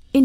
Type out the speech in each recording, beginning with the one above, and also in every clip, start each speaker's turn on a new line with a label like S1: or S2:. S1: verscheen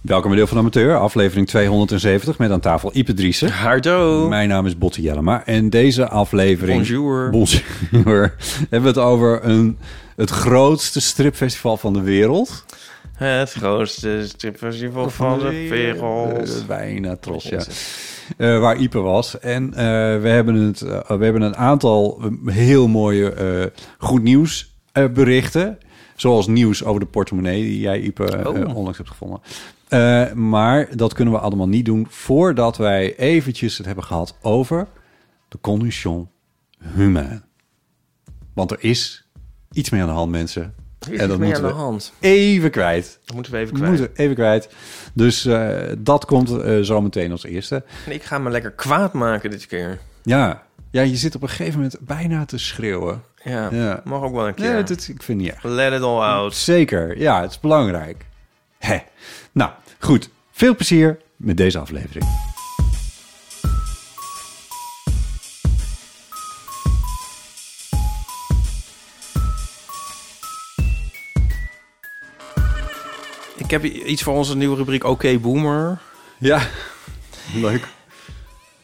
S2: Welkom bij Deel van de Amateur, aflevering 270 met aan tafel Ipe Driessen.
S3: Hardo.
S2: Mijn naam is Botte Jellema en deze aflevering...
S3: Bonjour.
S2: Bonjour. Hebben we het over een, het grootste stripfestival van de wereld.
S3: Het grootste stripfestival van de wereld.
S2: Eh, bijna trots, ja. Eh, waar Ipe was. En eh, we, hebben het, eh, we hebben een aantal heel mooie eh, goed nieuws eh, berichten. Zoals nieuws over de portemonnee die jij, Ipe, eh,
S3: Oh.
S2: onlangs hebt gevonden. Eh, maar dat kunnen we allemaal niet doen voordat wij eventjes het hebben gehad over de condition humain. Want er is iets meer aan de hand, mensen. en dat
S3: meer
S2: moeten
S3: aan de
S2: we
S3: hand.
S2: even kwijt.
S3: Dat moeten we even
S2: We
S3: kwijt.
S2: moeten even kwijt. Dus eh, dat komt eh, zo meteen als eerste.
S3: En ik ga me lekker kwaad maken dit keer.
S2: Ja. ja, je zit op een gegeven moment bijna te schreeuwen.
S3: Ja,
S2: Ja.
S3: mag ook wel een keer.
S2: Nee, dat, ik vind het niet erg.
S3: Let it all out.
S2: Zeker, ja, het is belangrijk. Hè. Nou, goed. Veel plezier met deze aflevering.
S3: Ik heb i- iets voor onze nieuwe rubriek Oké Boomer.
S2: Ja, leuk.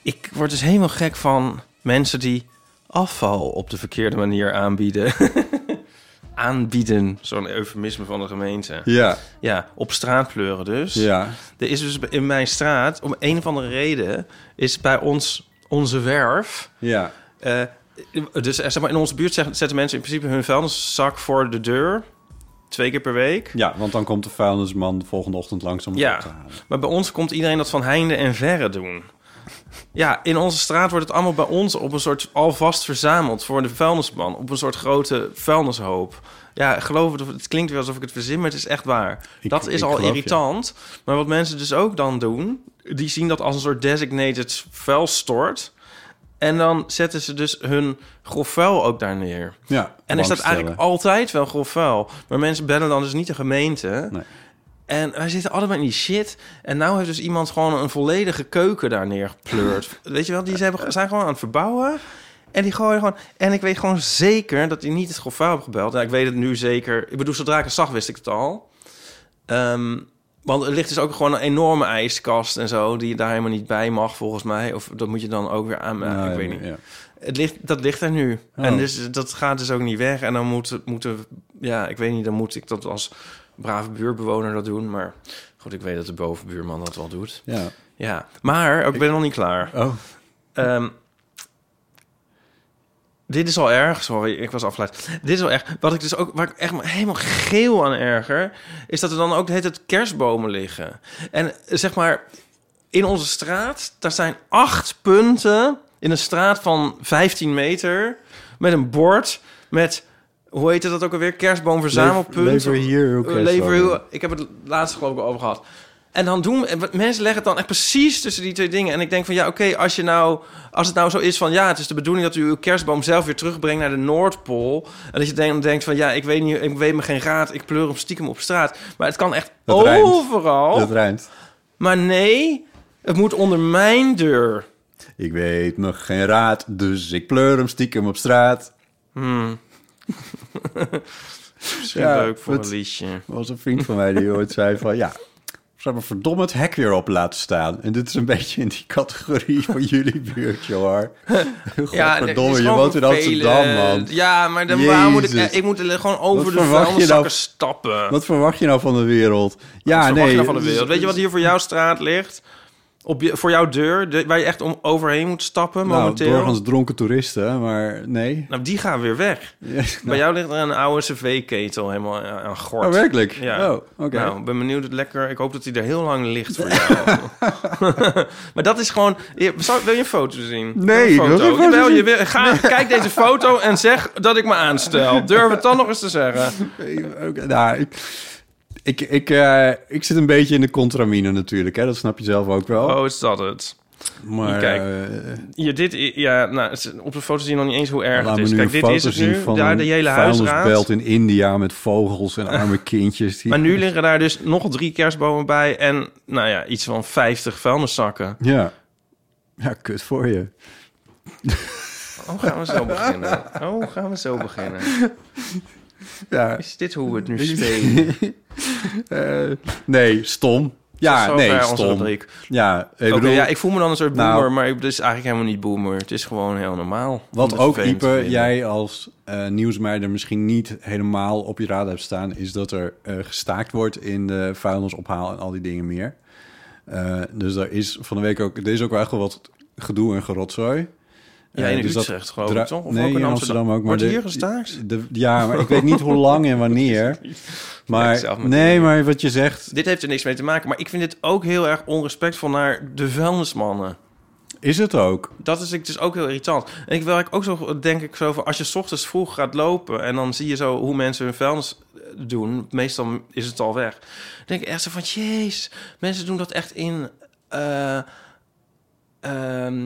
S3: Ik word dus helemaal gek van mensen die afval op de verkeerde manier aanbieden. aanbieden, zo'n eufemisme van de gemeente.
S2: Ja,
S3: Ja, op straat pleuren dus.
S2: ja.
S3: Er is dus in mijn straat, om een of andere reden, is bij ons, onze werf...
S2: Ja,
S3: eh, dus eh, zeg maar, in onze buurt zeg- zetten mensen in principe hun vuilniszak voor de deur. Twee keer per week.
S2: ja want dan komt de vuilnisman de volgende ochtend langs om het
S3: Ja.
S2: op te halen.
S3: Maar bij ons komt iedereen dat van heinde en verre doen. Ja, in onze straat wordt het allemaal bij ons op een soort alvast verzameld voor de vuilnisman. Op een soort grote vuilnishoop. Ja, geloof het, of- het klinkt weer alsof ik het verzin, maar het is echt waar.
S2: Ik-
S3: dat is
S2: ik
S3: al
S2: geloof je.
S3: irritant. Maar wat mensen dus ook dan doen, die zien dat als een soort designated vuilstort. En dan zetten ze dus hun grof vuil ook daar neer.
S2: Ja,
S3: En er staat eigenlijk altijd wel grof vuil. Maar mensen bellen dan dus niet de gemeente.
S2: Nee.
S3: En wij zitten allemaal in die shit. En nou heeft dus iemand gewoon een volledige keuken daar neergepleurd. Weet je wel, die zijn, zijn gewoon aan het verbouwen. En die gooien gewoon... En ik weet gewoon zeker dat die niet het grof vuil hebben gebeld. Nou, ik weet het nu zeker. Ik bedoel, zodra ik het zag, wist ik het al. Ehm, want er ligt dus ook gewoon een enorme ijskast en zo... die daar helemaal niet bij mag, volgens mij. Of dat moet je dan ook weer aan...
S2: Nou,
S3: eh, ik weet niet.
S2: Ja.
S3: Het ligt, dat ligt er nu.
S2: Oh.
S3: En dus, dat gaat dus ook niet weg. En dan moeten, moeten, ja, ik weet niet, dan moet ik dat als brave buurtbewoner dat doen. Maar goed, ik weet dat de bovenbuurman dat wel doet.
S2: ja.
S3: Ja, maar ik ben nog niet klaar.
S2: Oh,
S3: Ehm, dit is al erg, sorry, ik was afgeleid. Dit is al erg. Wat ik dus ook, waar ik echt me helemaal geel aan erger, is dat er dan ook de hele tijd kerstbomen liggen. En eh, zeg maar, in onze straat, daar zijn acht punten in een straat van 15 meter met een bord met, hoe heet dat ook alweer, kerstboomverzamelpunt.
S2: Lever- lever hier uw
S3: Eh, lever
S2: kerstboom.
S3: uw- Ik heb het laatst geloof ik al over gehad. En dan doen en wat- mensen leggen het dan echt precies tussen die twee dingen. En ik denk van ja, oké, als je nou, als het nou zo is van ja, het is de bedoeling dat u uw kerstboom zelf weer terugbrengt naar de Noordpool. En dat je denk- denkt van ja, ik weet niet, ik weet me geen raad, ik pleur hem stiekem op straat. Maar het kan echt
S2: Dat rijmt.
S3: overal.
S2: dat ruimt.
S3: Maar nee, het moet onder mijn deur.
S2: Ik weet me geen raad, dus ik pleur hem stiekem op straat.
S3: Misschien
S2: Ja,
S3: leuk voor
S2: het-
S3: een liedje.
S2: Er was een vriend van mij die ooit zei van... ja, ze hebben verdomme het hek weer op laten staan. En dit is een beetje in die categorie van jullie buurtje, hoor.
S3: het is
S2: Godverdomme, je
S3: gewoon
S2: woont in
S3: vervelend.
S2: Amsterdam, man.
S3: Ja, maar dan waar moet ik...
S2: Jezus.
S3: Ik moet er gewoon over
S2: Wat
S3: de
S2: verwacht je
S3: vuilniszakken
S2: nou-
S3: stappen.
S2: Wat verwacht je nou van de wereld? Ja,
S3: Wat verwacht
S2: Ah, nee. dus-
S3: je nou van de wereld? Weet je wat hier voor jouw straat ligt? Op je, voor jouw deur, de- waar je echt om overheen moet stappen
S2: Nou,
S3: momenteel.
S2: doorgaans dronken toeristen, maar nee.
S3: Nou, die gaan weer weg.
S2: Ja, nou.
S3: Bij jou ligt er een oude cv-ketel helemaal aan- aan gort.
S2: Oh, werkelijk?
S3: Ja.
S2: Oh, oké.
S3: Nou, ik ben benieuwd. Het lekker. Ik hoop dat hij er heel lang ligt voor jou. maar dat is gewoon... Ja, zal- wil je een foto zien?
S2: Nee,
S3: Een
S2: ik wil geen foto
S3: Jawel,
S2: zien.
S3: Je wil, ga, Kijk deze foto en zeg dat ik me aanstel. Durf het dan nog eens te zeggen.
S2: Oké, nou, ik, ik, ik, eh, ik zit een beetje in de contramine natuurlijk, hè? dat snap je zelf ook wel.
S3: Oh, is dat het?
S2: maar
S3: kijk.
S2: eh,
S3: Ja, dit, i- ja, nou, s- op de foto zie je nog niet eens hoe erg
S2: laat
S3: het
S2: me
S3: is.
S2: nu
S3: Kijk,
S2: een
S3: dit is
S2: foto
S3: het
S2: zien
S3: nu.
S2: van
S3: Daar
S2: een
S3: de hele
S2: vuilnisbelt
S3: huisraad.
S2: in India met vogels en arme kindjes. Die,
S3: Maar nu liggen daar dus nog drie kerstbomen bij en nou ja, iets van 50 vuilniszakken.
S2: Ja. ja, kut voor je.
S3: Oh, gaan we zo beginnen. Oh, gaan we zo beginnen.
S2: Ja,
S3: Is dit hoe we het nu spelen?
S2: eh, nee, stom.
S3: Tot
S2: Ja,
S3: zover
S2: nee,
S3: onze
S2: stom.
S3: rubriek.
S2: Ja, ik
S3: Oké,
S2: bedoel,
S3: ja, ik voel me dan een soort
S2: Nou.
S3: boomer, maar ik- dit is eigenlijk helemaal niet boomer. Het is gewoon heel normaal. om
S2: Wat
S3: dit
S2: ook,
S3: vervelend te
S2: Ipe,
S3: vinden.
S2: jij als eh nieuwsmeider misschien niet helemaal op je radar hebt staan... is dat er eh, gestaakt wordt in de vuilnisophaal en al die dingen meer. Eh, dus daar is van de week ook... Er is ook wel echt wel wat gedoe en gerotzooi.
S3: Ja,
S2: Eh,
S3: in
S2: dus dat
S3: Utrecht geloof
S2: dra-
S3: ik, toch? Of
S2: nee,
S3: ook in Amsterdam. Oh,
S2: ook. Maar
S3: Wordt
S2: de-
S3: hier gestaakt?
S2: de- ja, maar ik weet niet hoe lang en wanneer.
S3: Kijk
S2: Maar
S3: zelf maar
S2: nee,
S3: dingen.
S2: maar wat je zegt
S3: Dit heeft er niks mee te maken, maar ik vind dit ook heel erg onrespectvol naar de vuilnismannen.
S2: is het ook.
S3: Dat is ik dus ook heel irritant. En ik werk ook zo, denk ik, zo van als je 's ochtends vroeg gaat lopen en dan zie je zo hoe mensen hun vuilnis eh, doen. Meestal is het al weg. Dan denk ik echt zo van, jeez, mensen doen dat echt in, eh, ehm,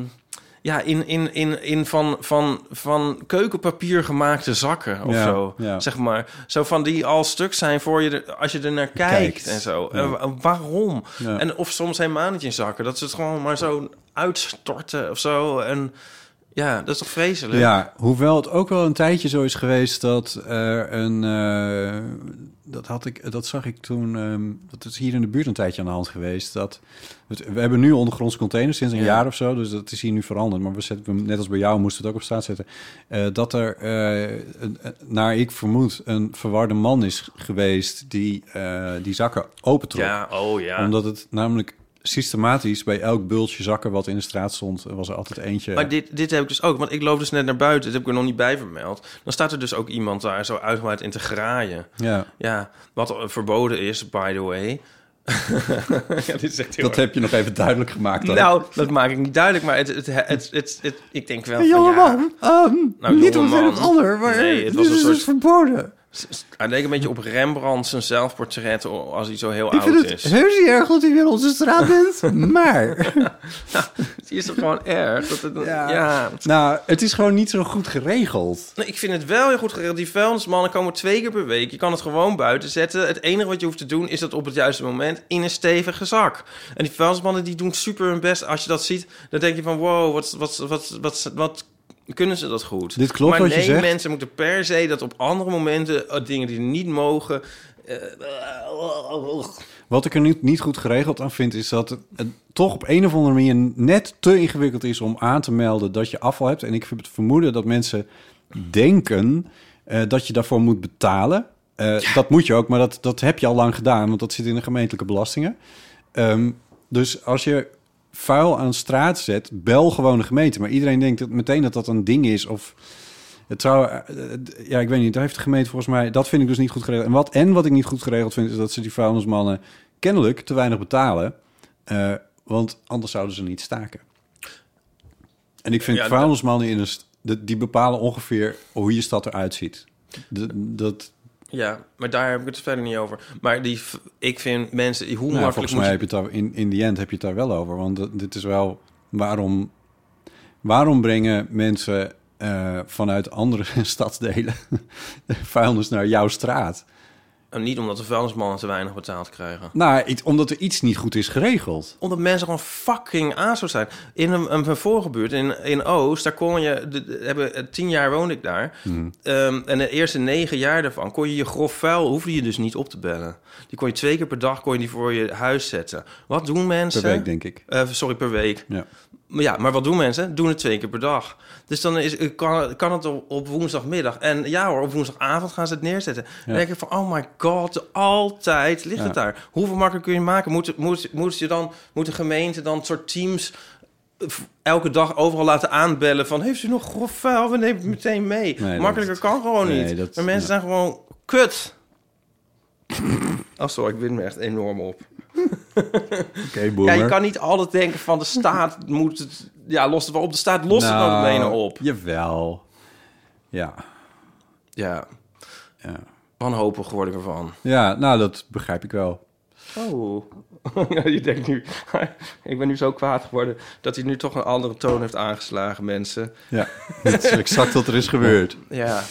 S3: ja, in, in, in, in van, van, van keukenpapier gemaakte zakken of
S2: Ja,
S3: zo.
S2: ja.
S3: Zeg maar, zo van die al stuk zijn voor je er, als je er naar kijkt,
S2: Kijkt.
S3: en zo.
S2: Ja.
S3: Eh, wa- waarom?
S2: Ja.
S3: En of soms helemaal niet in zakken. Dat ze het gewoon maar zo uitstorten of zo. En ja, dat is toch vreselijk?
S2: Ja, hoewel het ook wel een tijdje zo is geweest dat er een. eh, dat, had ik, dat zag ik toen. ehm, dat is hier in de buurt een tijdje aan de hand geweest. Dat het- we hebben nu ondergrondse containers sinds een
S3: Ja.
S2: jaar of zo. Dus dat is hier nu veranderd. Maar we zetten hem, net als bij jou moesten we het ook op straat zetten. Eh, dat er, eh, een- een- naar ik vermoed, een verwarde man is geweest die eh, die zakken opentrok.
S3: Ja, oh ja.
S2: Omdat het namelijk systematisch bij elk bultje zakken wat in de straat stond, was er altijd eentje.
S3: Maar dit, dit heb ik dus ook. Want ik loop dus net naar buiten. Dat heb ik er nog niet bij vermeld. Dan staat er dus ook iemand daar zo uitgebreid in te graaien.
S2: ja.
S3: Ja, wat eh, verboden is, by the way. ja, dit is echt heel
S2: Dat heb je nog even duidelijk gemaakt. Dan.
S3: Nou, dat maak ik niet duidelijk, maar het, het, het, het, het- ik denk wel van ja, Nou,
S2: Ehm, niet
S3: jonge
S2: om
S3: man.
S2: het ander, maar
S3: Nee, het
S2: dit
S3: was een
S2: is
S3: soort-
S2: dus verboden.
S3: s- s- Hij leek een beetje op Rembrandt zijn zelfportret o- als hij zo heel
S2: Ik
S3: oud
S2: vind het
S3: is.
S2: heus niet erg dat u weer onze straat bent, maar...
S3: Het is toch gewoon erg? Dat het,
S2: Ja.
S3: ja.
S2: Nou, het is gewoon niet zo goed geregeld.
S3: Nee, ik vind het wel heel goed geregeld. Die vuilnismannen komen twee keer per week. Je kan het gewoon buiten zetten. Het enige wat je hoeft te doen is dat op het juiste moment in een stevige zak. En die vuilnismannen die doen super hun best. Als je dat ziet, dan denk je van wow, wat, wat, wat, wat, wat kunnen ze dat goed?
S2: Dit klopt
S3: maar
S2: wat je
S3: nee,
S2: zegt.
S3: mensen moeten per se dat op andere momenten eh, dingen die niet mogen. eh,
S2: Wat ik er nu niet goed geregeld aan vind, is dat het, het toch op een of andere manier net te ingewikkeld is om aan te melden dat je afval hebt. En ik heb het vermoeden dat mensen denken eh, dat je daarvoor moet betalen. Eh, Dat moet je ook, maar dat, dat heb je al lang gedaan, want dat zit in de gemeentelijke belastingen. Ehm, dus als je vuil aan straat zet, bel gewoon de gemeente. Maar iedereen denkt dat meteen dat dat een ding is of... Het trouw, eh, eh, ja, ik weet niet. Daar heeft de gemeente volgens mij. Dat vind ik dus niet goed geregeld. En wat, en wat ik niet goed geregeld vind, is dat ze die vuilnismannen kennelijk te weinig betalen. Eh, want anders zouden ze niet staken. En ik vind
S3: Ja, dat-
S2: vuilnismannen in een st- dat- die bepalen ongeveer hoe je stad eruit ziet. D- dat,
S3: Ja, maar daar heb ik het verder niet over. Maar die, v- ik vind mensen, hoe
S2: nou,
S3: makkelijk
S2: volgens
S3: moet
S2: mij
S3: je...
S2: heb je het daar, in, in die end heb je het daar wel over. Want eh, dit is wel waarom. Waarom brengen mensen eh, vanuit andere stadsdelen vuilnis naar jouw straat?
S3: En niet omdat de vuilnismannen te weinig betaald krijgen.
S2: Nou, iets, omdat er iets niet goed is geregeld.
S3: Omdat mensen gewoon fucking asos zijn. In een, een, een vorige buurt, in, in Oost, daar kon je... De, de- hebben, eh, tien jaar woonde ik daar.
S2: Hmm.
S3: Ehm, en de eerste negen jaar daarvan kon je je grof vuil... hoefde je dus niet op te bellen. Die kon je twee keer per dag kon je die voor je huis zetten. Wat doen mensen?
S2: Per week, denk ik.
S3: Eh, sorry, per week.
S2: Ja.
S3: Maar ja, maar wat doen mensen? Doen het twee keer per dag. Dus dan is, kan, kan het op, op woensdagmiddag. En ja hoor, op woensdagavond gaan ze het neerzetten. Dan denk ik van, oh my god, altijd ligt het daar. Hoeveel makkelijk kun je maken? Moet, moet, moet, je dan, moet de gemeente dan soort teams eh, v- elke dag overal laten aanbellen van... heeft u nog grof vuil? We nemen het meteen mee.
S2: Nee, dat-
S3: Makkelijker kan gewoon
S2: nee,
S3: niet.
S2: dat-
S3: maar mensen
S2: ja.
S3: zijn gewoon kut. Oh, sorry, ik win me echt enorm op.
S2: Oké,
S3: Ja,
S2: boomer.
S3: je kan niet altijd denken van de staat moet het... Ja, lost het wel op. De staat lost het
S2: Nou,
S3: wel meteen op.
S2: Jawel. Ja.
S3: Ja,
S2: ja.
S3: wanhopig word ik ervan.
S2: Ja, nou, dat begrijp ik wel.
S3: Oh. je denkt nu... ik ben nu zo kwaad geworden dat hij nu toch een andere toon heeft aangeslagen, mensen.
S2: Ja, dat is exact wat er is gebeurd.
S3: Ja.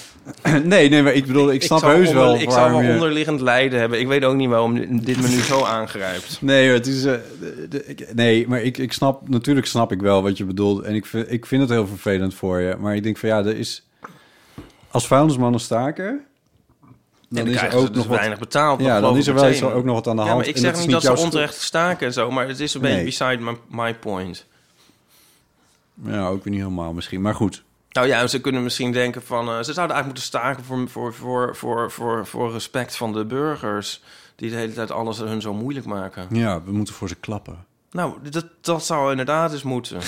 S2: Nee, nee, maar ik bedoel, ik, snap
S3: zal
S2: heus wel
S3: onder- Ik zou
S2: waarom
S3: wel
S2: je-
S3: onderliggend lijden hebben. Ik weet ook niet waarom dit me nu zo aangrijpt.
S2: Nee, het is, eh, de- de- ik- nee, maar ik, ik snap, natuurlijk snap ik wel wat je bedoelt. En ik, vind- ik vind het heel vervelend voor je. Maar ik denk van ja, er is, als vuilnismannen staken,
S3: En
S2: dan
S3: dan
S2: is er
S3: krijgen ze
S2: ook
S3: dus
S2: nog wat,
S3: weinig betaald.
S2: ja,
S3: dat
S2: dan
S3: geloof
S2: is er
S3: ik
S2: wel
S3: meteen.
S2: is er ook nog wat aan de hand.
S3: Ja, maar ik
S2: En
S3: zeg
S2: is
S3: niet dat ze
S2: jouw schuld.
S3: onterecht staken en zo, maar het is een beetje
S2: Nee.
S3: beside my, my point.
S2: Ja, ook weer niet helemaal misschien, maar goed.
S3: Nou ja, ze kunnen misschien denken van... eh, ze zouden eigenlijk moeten staken voor, voor, voor, voor, voor, voor respect van de burgers... die de hele tijd alles hun zo moeilijk maken.
S2: Ja, we moeten voor ze klappen.
S3: Nou, dat, dat zou inderdaad eens moeten.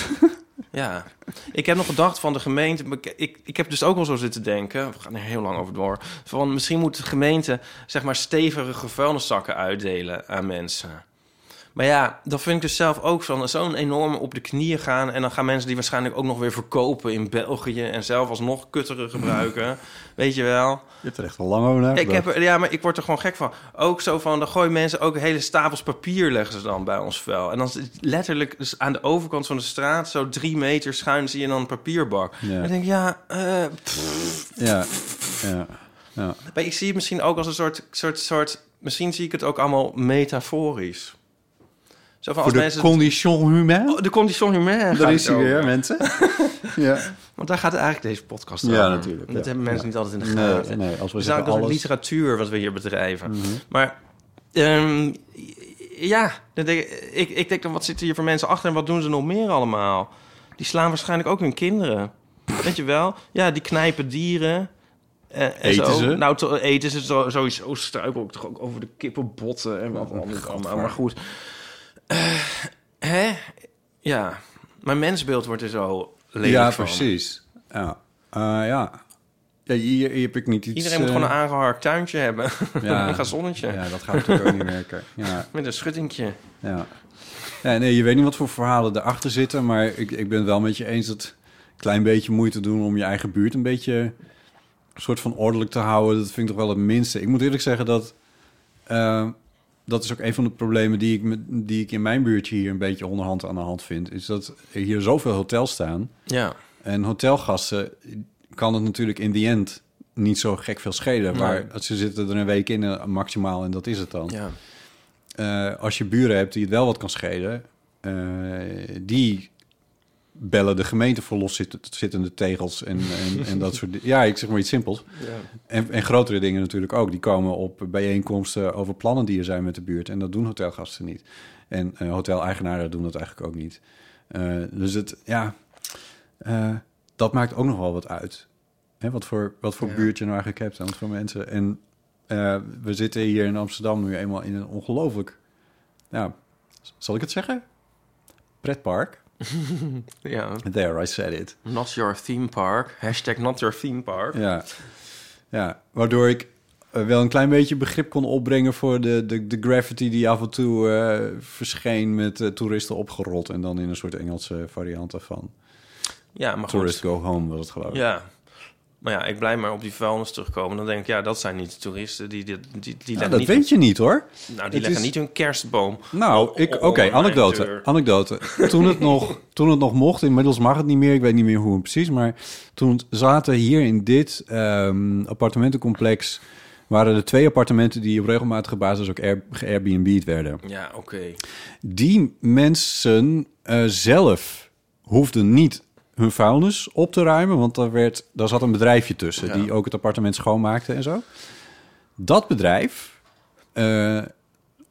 S3: ja. Ik heb nog gedacht van de gemeente... maar Ik, ik, ik heb dus ook wel zo zitten denken... we gaan er heel lang over door... van misschien moet de gemeente zeg maar stevige vuilniszakken uitdelen aan mensen... Maar ja, dat vind ik dus zelf ook van zo'n enorme op de knieën gaan. En dan gaan mensen die waarschijnlijk ook nog weer verkopen in België. En zelf alsnog kutteren gebruiken. Weet je wel?
S2: Je hebt er echt al lang over nagedacht.
S3: Ik heb er, ja, maar ik word er gewoon gek van. Ook zo van, dan gooien mensen ook hele stapels papier leggen ze dan bij ons vuil. En dan zit letterlijk dus aan de overkant van de straat, zo drie meter schuin, zie je dan een papierbak.
S2: Ja.
S3: En ik denk, ja, eh, pff.
S2: Ja, ja, ja.
S3: maar ik zie het misschien ook als een soort, soort, soort, misschien zie ik het ook allemaal metaforisch. Zo van
S2: Voor
S3: als
S2: de
S3: mensen...
S2: condition humaine.
S3: Oh, de condition humaine.
S2: Daar
S3: gaat
S2: is
S3: het
S2: hij weer,
S3: over.
S2: mensen. ja.
S3: Want daar gaat eigenlijk deze podcast over.
S2: Ja, natuurlijk,
S3: Dat
S2: ja.
S3: hebben mensen niet altijd in de
S2: Nee,
S3: gaten.
S2: nee, als we
S3: Het is
S2: zeggen
S3: eigenlijk een
S2: alles- Mhm.
S3: literatuur wat we hier bedrijven. Maar ehm, ja, dan denk ik, ik, ik denk dan wat zitten hier voor mensen achter en wat doen ze nog meer allemaal? Die slaan waarschijnlijk ook hun kinderen. Weet je wel? Ja, die knijpen dieren. eh, en
S2: Eten
S3: zo.
S2: ze?
S3: Nou, to- eten ze zo, sowieso oh, struikel ik toch ook over de kippenbotten en
S2: Oh,
S3: wat anders allemaal. Maar goed. Eh, hè? Ja. Mijn mensbeeld wordt er zo lelijk
S2: ja,
S3: van.
S2: precies. Ja. Eh, ja. ja, hier, hier heb ik niet iets...
S3: Iedereen moet
S2: eh,
S3: gewoon een aangeharkt tuintje hebben.
S2: ja.
S3: een gazonnetje.
S2: Ja, dat gaat natuurlijk ook niet werken. Ja,
S3: Met een schuttingje.
S2: ja. ja, nee, je weet niet wat voor verhalen erachter zitten... maar ik, ik ben het wel met je eens dat... een klein beetje moeite doen om je eigen buurt een beetje... een soort van ordelijk te houden. Dat vind ik toch wel het minste. Ik moet eerlijk zeggen dat... eh, dat is ook een van de problemen die ik, met- die ik in mijn buurtje hier een beetje onderhand aan de hand vind. Is dat hier zoveel hotels staan...
S3: Ja.
S2: En hotelgasten kan het natuurlijk in the end niet zo gek veel schelen.
S3: Nee.
S2: Maar ze zitten er een week in eh, maximaal en dat is het dan.
S3: ja.
S2: Eh, als je buren hebt die het wel wat kan schelen, eh, die bellen de gemeente voor loszittende tegels en, en, en dat soort dingen. Ja, ik zeg maar iets simpels. En, en grotere dingen natuurlijk ook. Die komen op bijeenkomsten over plannen die er zijn met de buurt. En dat doen hotelgasten niet. En eh hoteleigenaren doen dat eigenlijk ook niet. Eh, dus het, ja, eh, dat maakt ook nog wel wat uit. Hè, wat voor, wat voor buurt je nou eigenlijk hebt en wat voor mensen. En eh, we zitten hier in Amsterdam nu eenmaal in een ongelooflijk... Nou, z- zal ik het zeggen? Pretpark.
S3: ja.
S2: There, I said it.
S3: Not your theme park. Hashtag not your theme park.
S2: Ja, ja waardoor ik eh, wel een klein beetje begrip kon opbrengen voor de, de, de graffiti die af en toe eh, verscheen met eh, toeristen opgerold en dan in een soort Engelse variant daarvan.
S3: Ja, maar
S2: Tourist
S3: goed.
S2: go home was het geloof ik.
S3: Ja. Maar ja, ik blijf maar op die vuilnis terugkomen. Dan denk ik, ja, dat zijn niet de toeristen. Die, die, die, die
S2: Nou,
S3: leggen
S2: dat
S3: niet
S2: weet je niet hoor.
S3: hun- nou, die
S2: Het
S3: leggen
S2: is-
S3: niet hun kerstboom.
S2: Nou,
S3: Oh,
S2: ik,
S3: oh,
S2: oké,
S3: oh, mijn
S2: anekdote.
S3: deur.
S2: anekdote. Toen, het nog, toen het nog mocht, inmiddels mag het niet meer, ik weet niet meer hoe precies, maar toen zaten hier in dit ehm, appartementencomplex waren er twee appartementen die op regelmatige basis ook air, ge-Airbnb'd werden.
S3: Ja, oké.
S2: Die mensen eh, zelf hoefden niet hun vuilnis op te ruimen, want daar, werd, daar zat een bedrijfje tussen die ook het appartement schoonmaakte en zo. Dat bedrijf eh,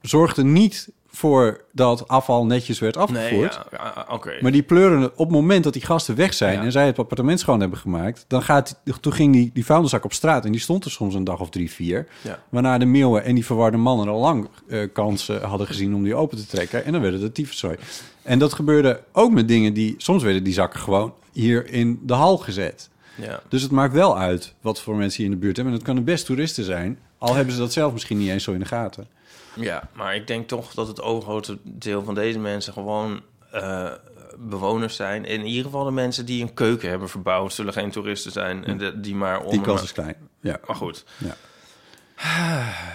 S2: zorgde niet voor dat afval netjes werd
S3: Nee,
S2: afgevoerd.
S3: ja, ja, oké.
S2: Maar die pleuren op het moment dat die gasten weg zijn
S3: Ja.
S2: en zij het appartement schoon hebben gemaakt, dan gaat, die- toen ging die, die vuilniszak op straat en die stond er soms een dag of drie, vier.
S3: Ja.
S2: Waarna de meeuwen en die verwarde mannen al lang eh, kansen hadden gezien om die open te trekken. En dan werden het tyfuszooi. En dat gebeurde ook met dingen die, soms werden die zakken gewoon hier in de hal gezet.
S3: Ja.
S2: Dus het maakt wel uit wat voor mensen hier in de buurt hebben. En het kunnen best toeristen zijn, al hebben ze dat zelf misschien niet eens zo in de gaten.
S3: ja, maar ik denk toch dat het overgrote deel van deze mensen gewoon eh, bewoners zijn. In ieder geval de mensen die een keuken hebben verbouwd, zullen geen toeristen zijn. En de- die maar om.
S2: Die kans is klein. Ja.
S3: Maar goed.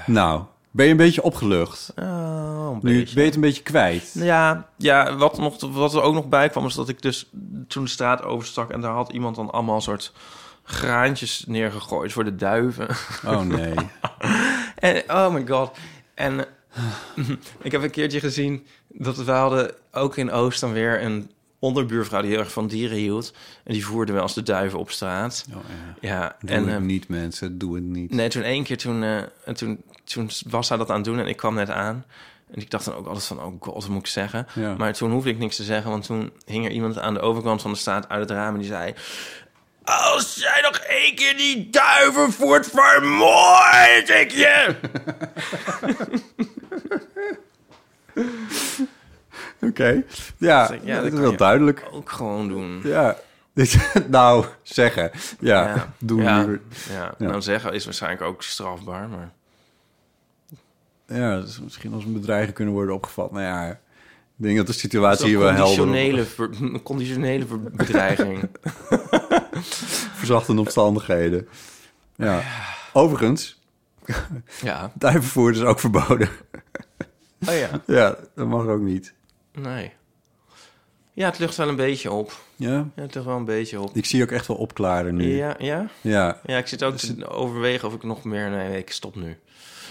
S2: Nou, ben je een beetje opgelucht?
S3: Oh, een
S2: Nu
S3: beetje.
S2: ben je het een beetje kwijt.
S3: Ja, ja wat, nog, wat er ook nog bij kwam, is dat ik dus toen de straat overstak en daar had iemand dan allemaal soort graantjes neergegooid voor de duiven.
S2: Oh nee.
S3: En oh my god. En eh, ik heb een keertje gezien dat we hadden ook in Oost dan weer een onderbuurvrouw die heel erg van dieren hield. En die voerde wel eens de duiven op straat.
S2: Oh, ja.
S3: Ja,
S2: Doe
S3: en
S2: het
S3: eh,
S2: niet, mensen. Doe het niet.
S3: Nee, toen één keer, toen, eh, en toen, toen was zij dat aan het doen en ik kwam net aan. En ik dacht dan ook altijd van, oh god, wat moet ik zeggen?
S2: Ja.
S3: Maar toen hoefde ik niks te zeggen, want toen hing er iemand aan de overkant van de straat uit het raam en die zei... Als jij nog één keer die duiven voert, vermoord ik je!
S2: Oké. Ja,
S3: Dus ik- ja,
S2: dat
S3: dat
S2: is
S3: kan
S2: wel
S3: je.
S2: duidelijk.
S3: ook gewoon doen.
S2: Ja. nou, zeggen. Ja, doe
S3: ja.
S2: liever.
S3: Ja.
S2: Ja.
S3: nou zeggen is waarschijnlijk ook strafbaar, maar...
S2: Ja, dat is misschien als een bedreiging kunnen worden opgevat. Nou ja, ik denk dat de situatie hier wel helder
S3: Conditionele, ver- conditionele ver- bedreiging.
S2: op- verzachtende omstandigheden. Ja. Overigens,
S3: ja.
S2: duivenvoer is ook verboden.
S3: Oh ja.
S2: ja, dat mag ook niet.
S3: Nee. Ja, het lucht wel een beetje op.
S2: Ja.
S3: Ja, het lucht wel een beetje op.
S2: Ik zie ook echt wel opklaren nu.
S3: Ja, ja.
S2: Ja.
S3: Ja, ik zit ook te overwegen of ik nog meer... Nee, ik stop nu.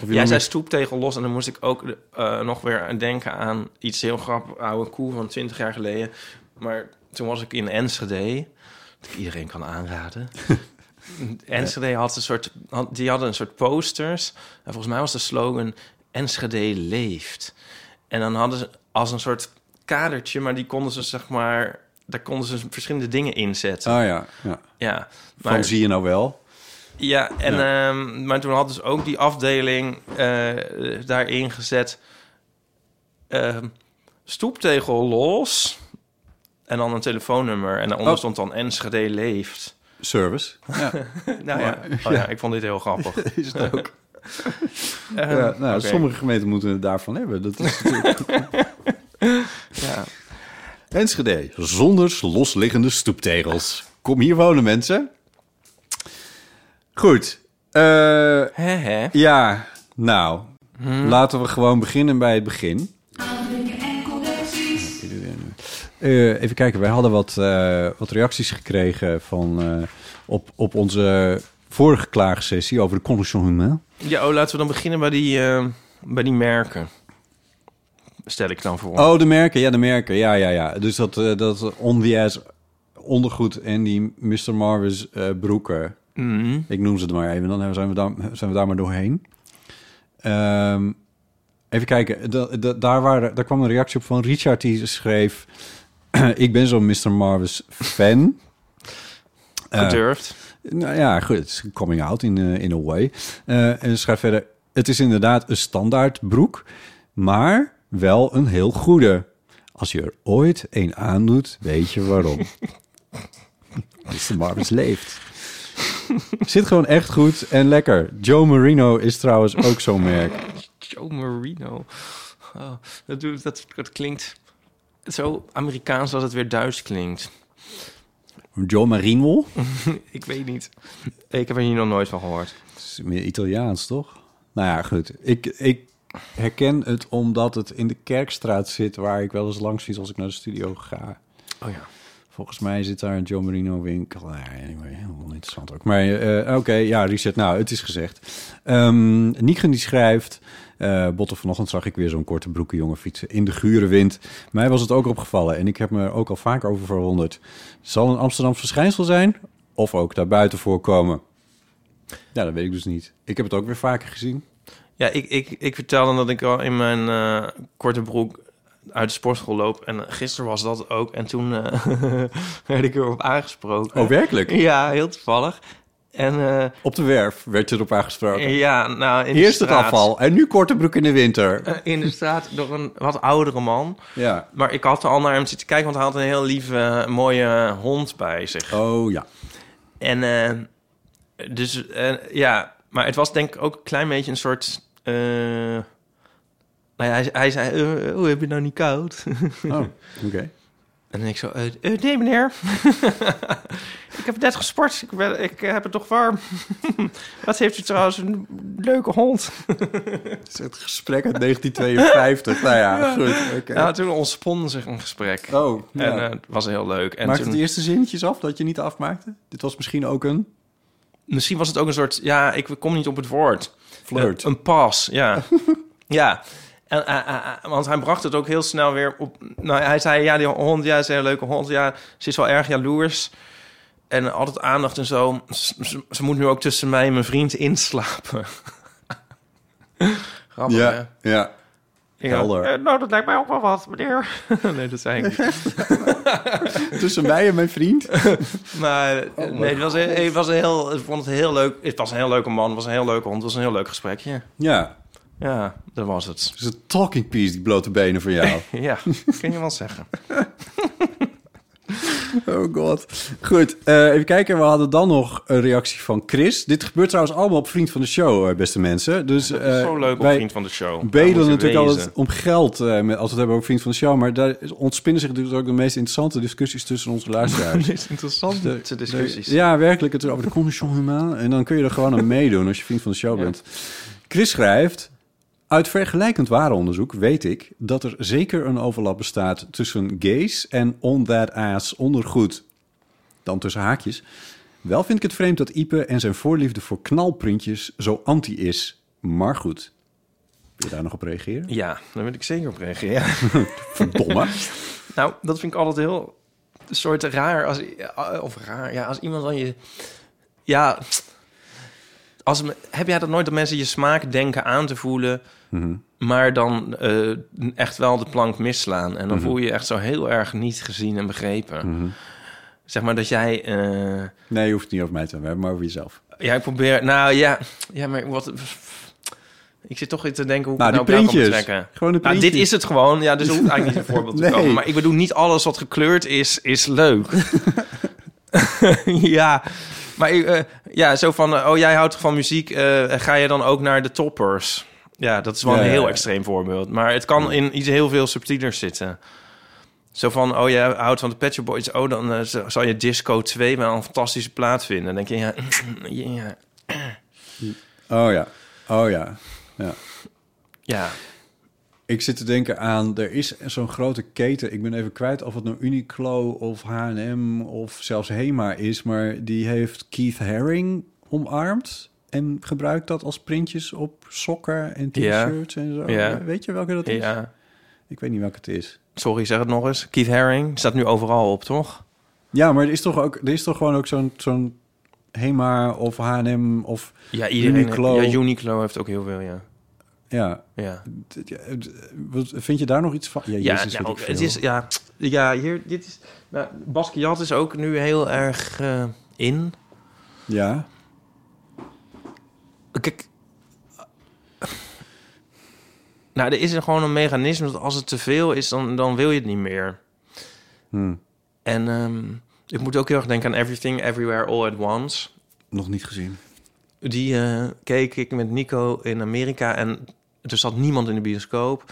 S2: Of je nog
S3: Jij zei
S2: meer-
S3: stoeptegel los en dan moest ik ook eh, nog weer denken aan iets heel grappig, oude koe van 20 jaar geleden. Maar toen was ik in Enschede, dat ik iedereen kan aanraden. Enschede had een soort, had, die hadden een soort posters. En volgens mij was de slogan Enschede leeft. En dan hadden ze als een soort kadertje, maar die konden ze zeg maar, daar konden ze verschillende dingen inzetten.
S2: Ah ja, ja.
S3: ja,
S2: Van
S3: maar-
S2: zie je nou wel.
S3: ja, en, ehm, maar toen had dus ook die afdeling eh, daarin gezet... ehm, stoeptegel los en dan een telefoonnummer. En daaronder
S2: Oh.
S3: stond dan Enschede leeft.
S2: Service. Ja,
S3: Nou ja. Oh, ja, ik vond dit heel grappig.
S2: is het ook.
S3: Ehm,
S2: Ja, nou,
S3: oké.
S2: sommige gemeenten moeten het daarvan hebben. Dat is natuurlijk...
S3: Ja.
S2: Enschede, zonder losliggende stoeptegels. Kom hier wonen, mensen. Goed. Eh,
S3: Hè, hè.
S2: ja, nou, laten we gewoon beginnen bij het begin. Eh, even kijken, wij hadden wat, eh, wat reacties gekregen van, eh, op, op onze vorige klaagsessie over de condition humain.
S3: Ja, oh, laten we dan beginnen bij die, ehm, bij die merken. Stel ik dan voor.
S2: Oh, de merken. Ja, de merken. Ja, ja, ja. Dus dat, eh, dat on the ass ondergoed en die Mr. Marvis eh, broeken.
S3: Mhm.
S2: Ik noem ze het maar even. Dan zijn we daar, zijn we daar maar doorheen. Ehm, even kijken. Da- da- daar, waren, daar kwam een reactie op van Richard. Die schreef... Ik ben zo'n Mr. Marvis fan. Eh,
S3: Gedurfd.
S2: nou ja, goed, het is coming out in, eh, in a way. Eh, en ze schrijft verder... Het is inderdaad een standaard broek, maar wel een heel goede. Als je er ooit een aandoet, weet je waarom. Mr. Marvis leeft. Zit gewoon echt goed en lekker. Joe Marino is trouwens ook zo'n merk.
S3: Joe Marino. Oh, dat, doet, dat, dat klinkt zo Amerikaans als het weer Duits klinkt.
S2: Joe Marino?
S3: Ik weet niet. Ik heb er hier nog nooit van gehoord.
S2: Dat is meer Italiaans, toch? Nou ja, goed. Ik, ik herken het omdat het in de Kerkstraat zit... waar ik wel eens langs zie als ik naar de studio ga.
S3: Oh ja.
S2: Volgens mij zit daar een John Marino winkel. Nou, Anyway, heel interessant ook. Maar eh, oké, ja, Richard, nou, het is gezegd. Ehm Nieken die schrijft... eh Botten, vanochtend zag ik weer zo'n korte broeken jongen fietsen in de gure wind. Mij was het ook opgevallen en ik heb me er ook al vaak over verwonderd. Zal een Amsterdams verschijnsel zijn of ook daarbuiten voorkomen? Ja, dat weet ik dus niet. Ik heb het ook weer vaker gezien.
S3: Ja, ik, ik, ik vertelde dat ik al in mijn eh, korte broek uit de sportschool loop. En eh, gisteren was dat ook. En toen eh, werd ik erop aangesproken.
S2: Oh, werkelijk?
S3: Ja, heel toevallig. En eh,
S2: Op de werf werd je erop aangesproken.
S3: ja, nou, in
S2: Eerst
S3: de
S2: het
S3: straat,
S2: afval en nu korte broek in de winter.
S3: eh, In de straat door een wat oudere man.
S2: Ja.
S3: Maar ik had er al naar hem zitten kijken, want hij had een heel lieve, eh, mooie hond bij zich.
S2: Oh ja.
S3: En eh, dus eh, ja, maar het was denk ik ook een klein beetje een soort. eh, nou ja, hij, hij zei: eh, Hoe heb je nou niet koud?
S2: Oh, oké.
S3: En ik zo: eh, eh, Nee, meneer. ik heb net gesport. Ik, ben, ik heb het toch warm. Wat heeft u trouwens een leuke hond?
S2: Het is het gesprek uit 1952. nou ja, goed. oké.
S3: Nou, toen ontspon zich een gesprek.
S2: Oh, ja.
S3: En eh, het was heel leuk. En
S2: Maakt
S3: toen,
S2: het de eerste zinnetjes af dat je niet afmaakte? Dit was misschien ook een
S3: Misschien was het ook een soort. Ja, ik kom niet op het woord.
S2: flirt.
S3: Eh, Een, een pas, ja. ja. En, eh, eh, eh, want hij bracht het ook heel snel weer op... Nou, hij zei, ja, die hond, ja, ze is een leuke hond. Ja, ze is wel erg jaloers. En altijd aandacht en zo. Ze, ze- ze moet nu ook tussen mij en mijn vriend inslapen. Grappig, hè?
S2: ja, ja.
S3: Ik
S2: helder.
S3: dacht, eh, nou, dat lijkt mij ook wel wat, meneer. nee, dat zei ik niet.
S2: Tussen mij en mijn vriend.
S3: Maar eh,
S2: Oh
S3: nee, het was, een- het was een heel... Ik vond het heel leuk. Het was een heel leuke man. Het was een heel leuke hond. Het was een heel leuk gesprekje.
S2: Ja,
S3: Ja, dat was het.
S2: het is een talking piece, die blote benen van jou.
S3: Ja, kun je wel zeggen.
S2: Oh god. Goed, eh, even kijken. We hadden dan nog een reactie van Chris. Dit gebeurt trouwens allemaal op Vriend van de Show, eh, beste mensen. Dus, eh,
S3: Zo leuk op
S2: wij
S3: vriend van de show. Daar moet
S2: bedelen
S3: je
S2: natuurlijk
S3: wezen.
S2: altijd om geld, eh, met, als we het hebben over Vriend van de Show. Maar daar is- ontspinnen zich natuurlijk ook de meest interessante discussies tussen onze luisteraars.
S3: Dit is interessant. De discussies.
S2: Ja, werkelijk. Het is over de condition humaan. En dan kun je er gewoon aan meedoen als je vriend van de show bent. Chris schrijft... Uit vergelijkend ware onderzoek weet ik dat er zeker een overlap bestaat tussen gays en on that ass ondergoed. Dan tussen haakjes. Wel vind ik het vreemd dat Ipe en zijn voorliefde voor knalprintjes zo anti is. Maar goed. Wil je daar nog op reageren?
S3: Ja, daar wil ik zeker op reageren. Ja.
S2: Verdomme.
S3: Nou, dat vind ik altijd heel een soort raar. Als, eh, of raar, ja, als iemand dan je... Ja, als, me- heb jij dat nooit dat mensen je smaak denken aan te voelen...
S2: Mhm.
S3: maar dan eh, echt wel de plank misslaan? En dan
S2: Mhm.
S3: voel je je echt zo heel erg niet gezien en begrepen. Zeg maar dat jij... eh,
S2: Nee, je hoeft het niet over mij te hebben, maar over jezelf.
S3: Ja, ik probeer. Nou ja, ja maar wat. Ik zit toch te denken hoe
S2: Nou,
S3: ik het
S2: die
S3: nou op jou kan
S2: printjes.
S3: betrekken.
S2: Gewoon de
S3: nou, dit
S2: printjes.
S3: is het gewoon. Ja, dus er hoeft eigenlijk niet een voorbeeld
S2: Nee.
S3: te komen. Maar ik bedoel, niet alles wat gekleurd is, is leuk. ja, maar ik, eh, ja, zo van, eh, oh jij houdt van muziek, eh, ga je dan ook naar de toppers? Ja, dat is wel
S2: Ja,
S3: een
S2: ja,
S3: heel
S2: ja.
S3: extreem voorbeeld. Maar het kan in iets heel veel subtieler zitten. Zo van, oh, je houdt van de Pet Shop Boys. Oh, dan eh, z- zal je Disco 2 wel een fantastische plaat vinden. Dan denk je, ja, ja,
S2: Oh ja. Oh ja. Ja.
S3: ja.
S2: Ik zit te denken aan, er is zo'n grote keten. Ik ben even kwijt of het nou Uniqlo of H&M of zelfs Hema is. Maar die heeft Keith Haring omarmd. En gebruikt dat als printjes op sokken en
S3: Ja.
S2: t-shirts en zo.
S3: Ja.
S2: Weet je welke dat is?
S3: ja.
S2: Ik weet niet welke het is.
S3: Sorry, zeg het nog eens. Keith Haring staat nu overal op, toch?
S2: Ja, maar er is toch, ook, er is toch gewoon ook zo'n zo'n Hema of H&M of...
S3: Ja, iedereen. eh,
S2: Uniqlo.
S3: Ja, Uniqlo heeft ook heel veel, ja.
S2: Ja,
S3: Ja,
S2: D- ja, d- wat- vind je daar nog iets van? Ja,
S3: ja
S2: jezus,
S3: nou,
S2: weet ik
S3: het
S2: veel.
S3: is, ja, ja, hier, dit is, nou, Basquiat is ook nu heel erg eh, in.
S2: Ja,
S3: Kijk. Nou, er is er gewoon een mechanisme dat als het te veel is, dan, dan wil je het niet meer.
S2: Hmm.
S3: En ehm, ik moet ook heel erg denken aan Everything, Everywhere, All at Once.
S2: nog niet gezien.
S3: Die eh, keek ik met Nico in Amerika en er zat niemand in de bioscoop.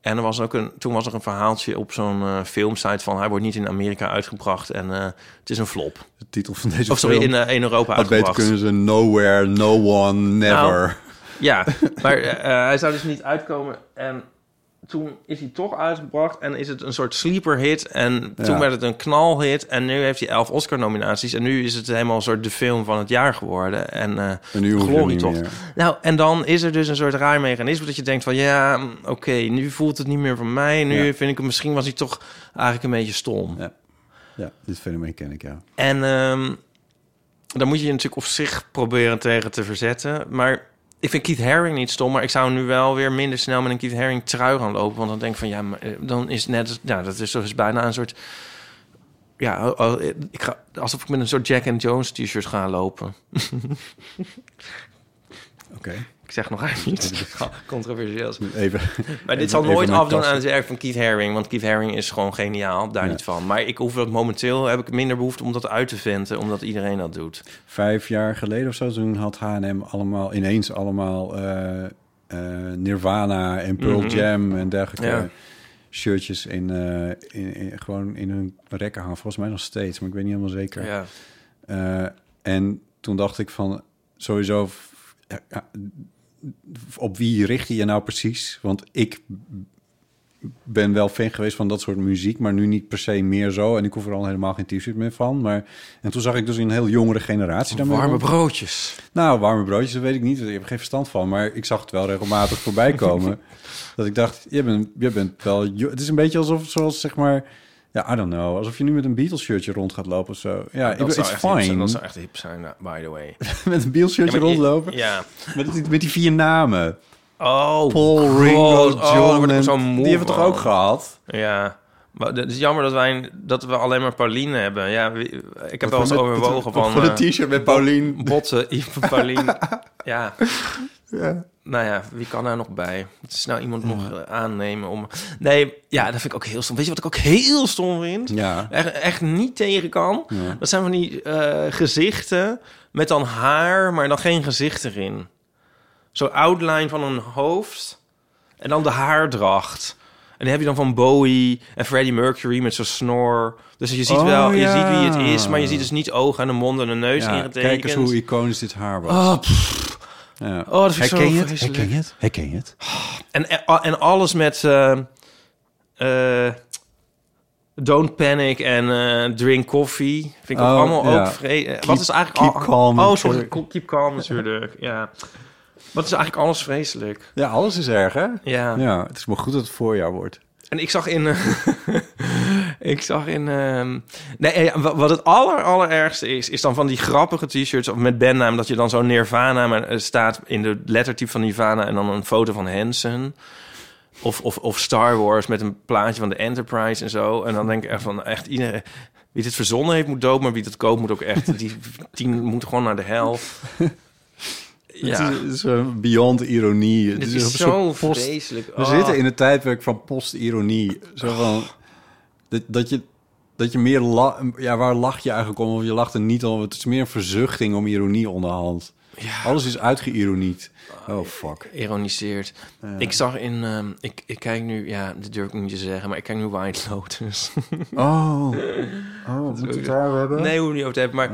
S3: En er was ook een, toen was er een verhaaltje op zo'n eh, filmsite van... hij wordt niet in Amerika uitgebracht en eh, het is een flop.
S2: De titel van deze
S3: Of sorry,
S2: film.
S3: in, eh, in Europa
S2: Had beter
S3: uitgebracht. Nou.
S2: kunnen ze nowhere, no one, never.
S3: Ja, maar eh, eh, hij zou dus niet uitkomen. En toen is hij toch uitgebracht en is het een soort sleeper hit. En toen werd het een knalhit. En nu heeft hij elf Oscar-nominaties. En nu is het helemaal een soort de film van het jaar geworden. En, eh
S2: En nu hoef je hem niet
S3: glorietocht.
S2: meer.
S3: Nou, en dan is er dus een soort raar mechanisme dat je denkt van... ja, mm, oké, nu voelt het niet meer van mij. Nu
S2: Ja.
S3: vind ik hem... misschien was hij toch eigenlijk een beetje stom.
S2: Ja. ja, dit fenomeen ken ik, ja.
S3: En ehm, dan moet je je natuurlijk op zich proberen tegen te verzetten. Maar ik vind Keith Haring niet stom. Maar ik zou nu wel weer minder snel met een Keith Haring trui gaan lopen. Want dan denk ik van ja, maar, eh, dan is het net. Nou, dat is, dat is bijna een soort. Ja, oh, oh, ik ga, alsof ik met een soort Jack and Jones t-shirt ga lopen.
S2: Oké.
S3: Ik zeg nog even iets controversieels.
S2: Even.
S3: Maar dit zal nooit afdoen aan het werk van Keith Haring. Want Keith Haring is gewoon geniaal, daar
S2: Ja.
S3: niet van. Maar ik hoef dat momenteel, heb ik minder behoefte om dat uit te venten. Omdat iedereen dat doet.
S2: Vijf jaar geleden of zo, toen had H&M allemaal, ineens allemaal eh, eh, Nirvana en Pearl Jam en dergelijke
S3: Mhm. Ja.
S2: shirtjes in, eh, in, in- gewoon in hun rekken hangen. Volgens mij nog steeds, maar ik weet niet helemaal zeker.
S3: Ja.
S2: Eh, en toen dacht ik van sowieso f- ja, op wie richt je je nou precies? Want ik ben wel fan geweest van dat soort muziek, maar nu niet per se meer zo. En ik hoef er al helemaal geen t-shirt meer van. Maar en toen zag ik dus een heel jongere generatie daarmee.
S3: Warme
S2: rond-
S3: broodjes.
S2: nou, warme broodjes, dat weet ik niet. Ik heb er geen verstand van, maar ik zag het wel regelmatig voorbij komen. dat ik dacht, je bent, je bent wel... jo- Het is een beetje alsof, zoals zeg maar... Ja, I don't know. Alsof je nu met een Beatles-shirtje rond gaat lopen of zo. Ja,
S3: Dat
S2: ik
S3: zou,
S2: it's
S3: echt hip zijn,
S2: fine.
S3: dat zou echt hip zijn, nou, by the way.
S2: met een Beatles-shirtje
S3: Ja, maar-
S2: rondlopen.
S3: Ja.
S2: Met, die- met die vier namen.
S3: Oh,
S2: Paul,
S3: God.
S2: Ringo, John
S3: Oh, daar word ik
S2: en-
S3: zo moe
S2: Die hebben we toch
S3: van.
S2: ook gehad?
S3: Ja. Maar het is jammer dat, wij, dat we alleen maar Pauline hebben. Ja, wie- ik heb wel
S2: Dat
S3: eens
S2: we met-
S3: overwogen
S2: met-
S3: van...
S2: Voor
S3: eh,
S2: een t-shirt met Paulien.
S3: Botsen, Yves van Pauline. ja. Nou ja, wie kan daar nog bij? Het is nou iemand nog eh, aannemen om... Nee, ja, dat vind ik ook heel stom. Weet je wat ik ook heel stom vind?
S2: Ja.
S3: Echt, echt niet tegen kan. Dat zijn van die eh, gezichten met dan haar, maar dan geen gezicht erin. Zo'n outline van een hoofd en dan de haardracht. En die heb je dan van Bowie en Freddie Mercury met zo'n snor. Dus je ziet
S2: Oh,
S3: wel, je
S2: ja.
S3: ziet wie het is, maar je ziet dus niet ogen en een mond en een neus
S2: Ja,
S3: ingetekend.
S2: kijk eens hoe iconisch dit haar was.
S3: dus Oh, pff.
S2: Ja.
S3: Oh, dat vind ik
S2: Herken
S3: zo
S2: je het?
S3: vreselijk.
S2: Herken je het? Herken je het?
S3: En, en, en alles met eh, eh, Don't Panic en eh, Drink Coffee. Vind ik
S2: Oh,
S3: ook allemaal
S2: ja.
S3: ook vreselijk. Wat is eigenlijk...
S2: keep
S3: al-
S2: calm.
S3: Oh, sorry. Keep calm natuurlijk, ja. Wat is eigenlijk alles vreselijk.
S2: Ja, alles is erg, hè?
S3: Ja.
S2: Ja, het is maar goed dat het voorjaar wordt.
S3: En ik zag in... eh, ik zag in... ehm, nee, eh, wa- wat het aller, allerergste is... is dan van die grappige t-shirts of met bandnaam... dat je dan zo'n Nirvana maar, eh, staat in de lettertype van Nirvana... en dan een foto van Hansen. Of, of, of Star Wars met een plaatje van de Enterprise en zo. En dan denk ik echt van... echt iedereen... Wie dit verzonnen heeft moet dood, maar wie dat koopt moet ook echt... Die tien moet gewoon naar de hel.
S2: Ja.
S3: Ja,
S2: Het is, eh, beyond ironie. Het
S3: dit
S2: is,
S3: is
S2: een soort
S3: zo
S2: post-
S3: vreselijk.
S2: We
S3: Oh.
S2: zitten in het tijdperk van post-ironie. Zo van... Dat, dat je... Dat je meer la, ja, waar lach je eigenlijk om? Of je lacht er niet om. Het is meer een verzuchting om ironie onderhand. Alles is uitgeïronied.
S3: Ah.
S2: Oh, fuck.
S3: ironiseert. Ik zag in, ehm, ik, ik kijk nu, ja, dit durf ik niet te zeggen, maar ik kijk nu White Lotus.
S2: Oh. Oh, moeten we het daarover hebben?
S3: nee, hoe we het niet over te hebben, maar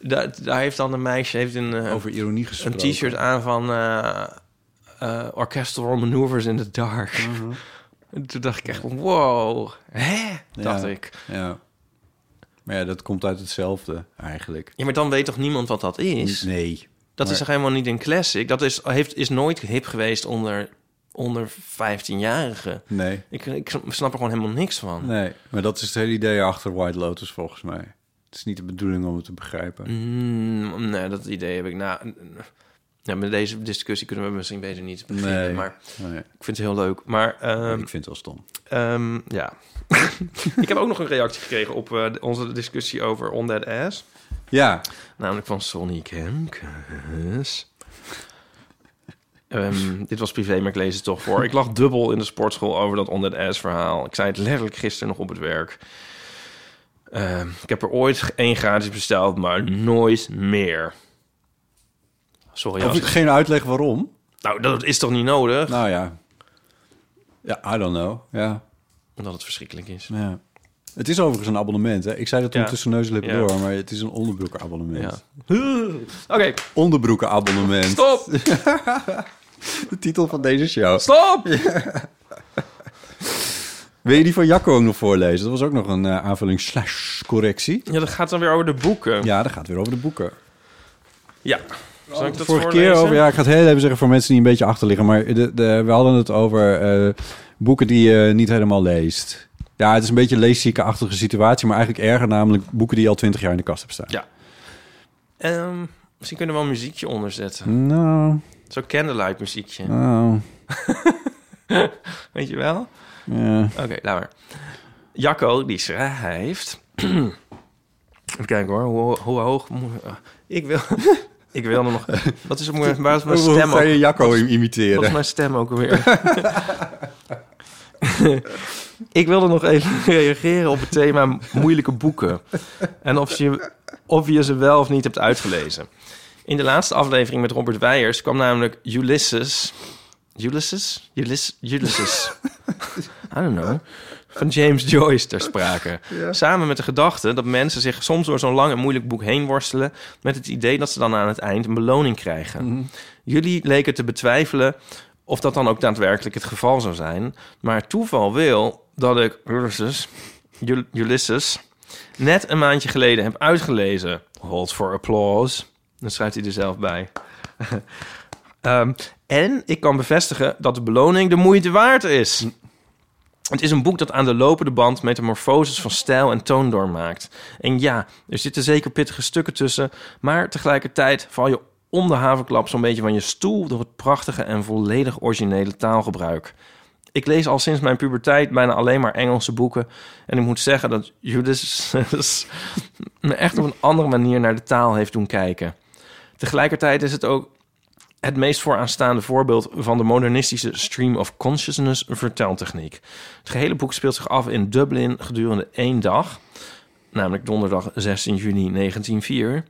S3: da- daar heeft dan een meisje heeft een, eh,
S2: Over ironie
S3: een
S2: gesproken.
S3: t-shirt aan van eh eh, Orchestral Maneuvers in the Dark. En toen dacht ik echt, van, wow, hè, dacht
S2: Uh-huh. Ja.
S3: ik.
S2: Ja. Maar ja, dat komt uit hetzelfde eigenlijk.
S3: Ja, maar dan weet toch niemand wat dat is?
S2: Nee.
S3: Dat
S2: Maar-
S3: is toch helemaal niet een classic? Dat is, heeft, is nooit hip geweest onder, onder 15-jarigen.
S2: Nee.
S3: Ik, ik snap er gewoon helemaal niks van.
S2: Nee, maar dat is het hele idee achter White Lotus volgens mij. Het is niet de bedoeling om het te begrijpen.
S3: Mm, nee, dat idee heb ik na. Ja, met deze discussie kunnen we misschien beter niet beginnen.
S2: Nee,
S3: Maar
S2: nee.
S3: ik vind het heel leuk. Maar Mm. ehm,
S2: ik vind het wel stom.
S3: ehm, ja. ik heb ook nog een reactie gekregen op eh, onze discussie over On That Ass.
S2: Ja,
S3: Namelijk van Sonny Kemkes. Ehm, dit was privé, maar ik lees het toch voor. Ik lag dubbel in de sportschool over dat On That Ass verhaal. Ik zei het letterlijk gisteren nog op het werk. Ehm, ik heb er ooit één gratis besteld, maar nooit meer. Sorry,
S2: of
S3: als
S2: ik geen uitleg waarom.
S3: Nou, dat is toch niet nodig?
S2: Nou ja. Ja, I don't know. Ja,
S3: Omdat het verschrikkelijk is.
S2: ja. Het is overigens een abonnement. Hè? Ik zei dat toen
S3: Ja.
S2: tussen neus en lippen
S3: Ja.
S2: door, maar het is een onderbroekenabonnement.
S3: Ja.
S2: abonnement.
S3: Oké,
S2: Onderbroekenabonnement.
S3: stop!
S2: De titel van deze show.
S3: Stop!
S2: Wil je die van Jacco ook nog voorlezen? Dat was ook nog een eh, aanvulling slash correctie.
S3: Ja, dat gaat dan weer over de boeken. Ja.
S2: Ja, dat gaat weer over de boeken.
S3: Zal ik dat
S2: Vorige
S3: voorlezen?
S2: keer over, ja, ik ga het heel even zeggen voor mensen die een beetje achter liggen. Maar de, de, we hadden het over eh, boeken die je niet helemaal leest. Ja, het is een beetje een leeszieke-achtige situatie, maar eigenlijk erger, namelijk boeken die je al twintig jaar in de kast hebt staan.
S3: Ja. Ehm, misschien kunnen we wel een muziekje onderzetten.
S2: Nou,
S3: Zo'n candlelight muziekje.
S2: nou,
S3: Weet je wel?
S2: ja.
S3: Oké, laat maar. Jacco, die schrijft... Even kijken hoor, hoe, hoe hoog moet... eh, Ik wil... ik wil er nog... Wat is, het, waar is mijn
S2: Hoe
S3: stem
S2: ga
S3: ook?
S2: je Jacco
S3: Wat is
S2: imiteren?
S3: mijn stem ook weer? ik wilde nog even reageren op het thema moeilijke boeken. En of je, of je ze wel of niet hebt uitgelezen. In de laatste aflevering met Robert Weijers kwam namelijk Ulysses... Ulysses? Ulysses? Ulysses. I don't know. Van James Joyce ter sprake. Samen met de gedachte dat mensen zich soms door zo'n lang en moeilijk boek heen worstelen... met het idee dat ze dan aan het eind een beloning krijgen. Jullie leken te betwijfelen of dat dan ook daadwerkelijk het geval zou zijn. Maar het toeval wil dat ik Ulysses, Ul- Ulysses net een maandje geleden heb uitgelezen. Hold for applause. Dan schrijft hij er zelf bij. Ehm, en ik kan bevestigen dat de beloning de moeite waard is. Het is een boek dat aan de lopende band metamorfoses van stijl en toon doormaakt. En ja, er zitten zeker pittige stukken tussen, maar tegelijkertijd val je om de havenklap zo'n beetje van je stoel door het prachtige en volledig originele taalgebruik. Ik lees al sinds mijn puberteit bijna alleen maar Engelse boeken en ik moet zeggen dat Judas me echt op een andere manier naar de taal heeft doen kijken. Tegelijkertijd is het ook het meest vooraanstaande voorbeeld van de modernistische stream of consciousness verteltechniek. Het gehele boek speelt zich af in Dublin gedurende één dag, namelijk donderdag 16 juni 1904.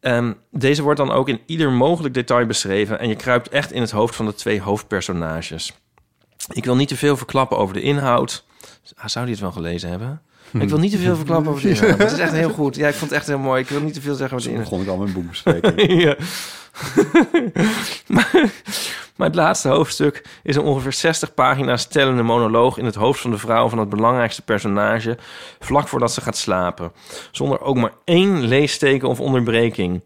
S3: Ehm, deze wordt dan ook in ieder mogelijk detail beschreven en je kruipt echt in het hoofd van de twee hoofdpersonages. Ik wil niet te veel verklappen over de inhoud. Ah, Zou die het wel gelezen hebben? Ik wil niet te veel verklappen over de inhoud. Het is echt heel goed. Ja, ik vond het echt heel mooi. Ik wil niet te veel zeggen over de
S2: Toen begon
S3: inhoud.
S2: ik al mijn boekbespreking.
S3: Ja. maar, maar het laatste hoofdstuk is een ongeveer 60 pagina's tellende monoloog in het hoofd van de vrouw van het belangrijkste personage, vlak voordat ze gaat slapen. Zonder ook maar één leesteken of onderbreking.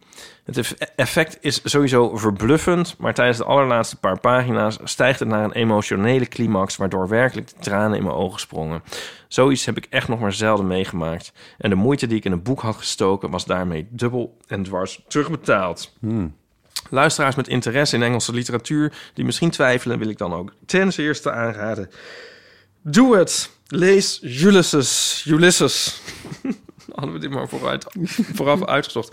S3: Het eff- effect is sowieso verbluffend, maar tijdens de allerlaatste paar pagina's stijgt het naar een emotionele climax, waardoor werkelijk de tranen in mijn ogen sprongen. Zoiets heb ik echt nog maar zelden meegemaakt. En de moeite die ik in een boek had gestoken, was daarmee dubbel en dwars terugbetaald. Luisteraars met interesse in Engelse literatuur die misschien twijfelen, wil ik dan ook ten eerste aanraden. Doe het! Lees Ulysses. Ulysses. Hadden we dit maar vooruit, vooraf uitgezocht.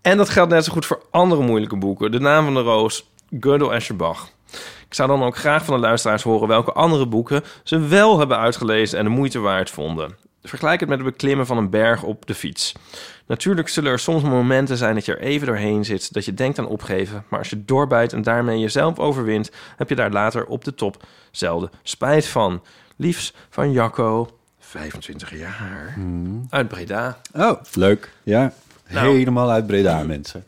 S3: En dat geldt net zo goed voor andere moeilijke boeken. De Naam van de Roos, Gödel Escherbach. Ik zou dan ook graag van de luisteraars horen welke andere boeken ze wel hebben uitgelezen en de moeite waard vonden. Vergelijk het met het beklimmen van een berg op de fiets. Natuurlijk zullen er soms momenten zijn dat je er even doorheen zit, dat je denkt aan opgeven, maar als je doorbijt en daarmee jezelf overwint, heb je daar later op de top zelden spijt van. Liefs van Jacco, 25 jaar,
S2: Hmm.
S3: uit Breda.
S2: Oh, leuk. Ja,
S3: Nou.
S2: helemaal uit Breda, mensen.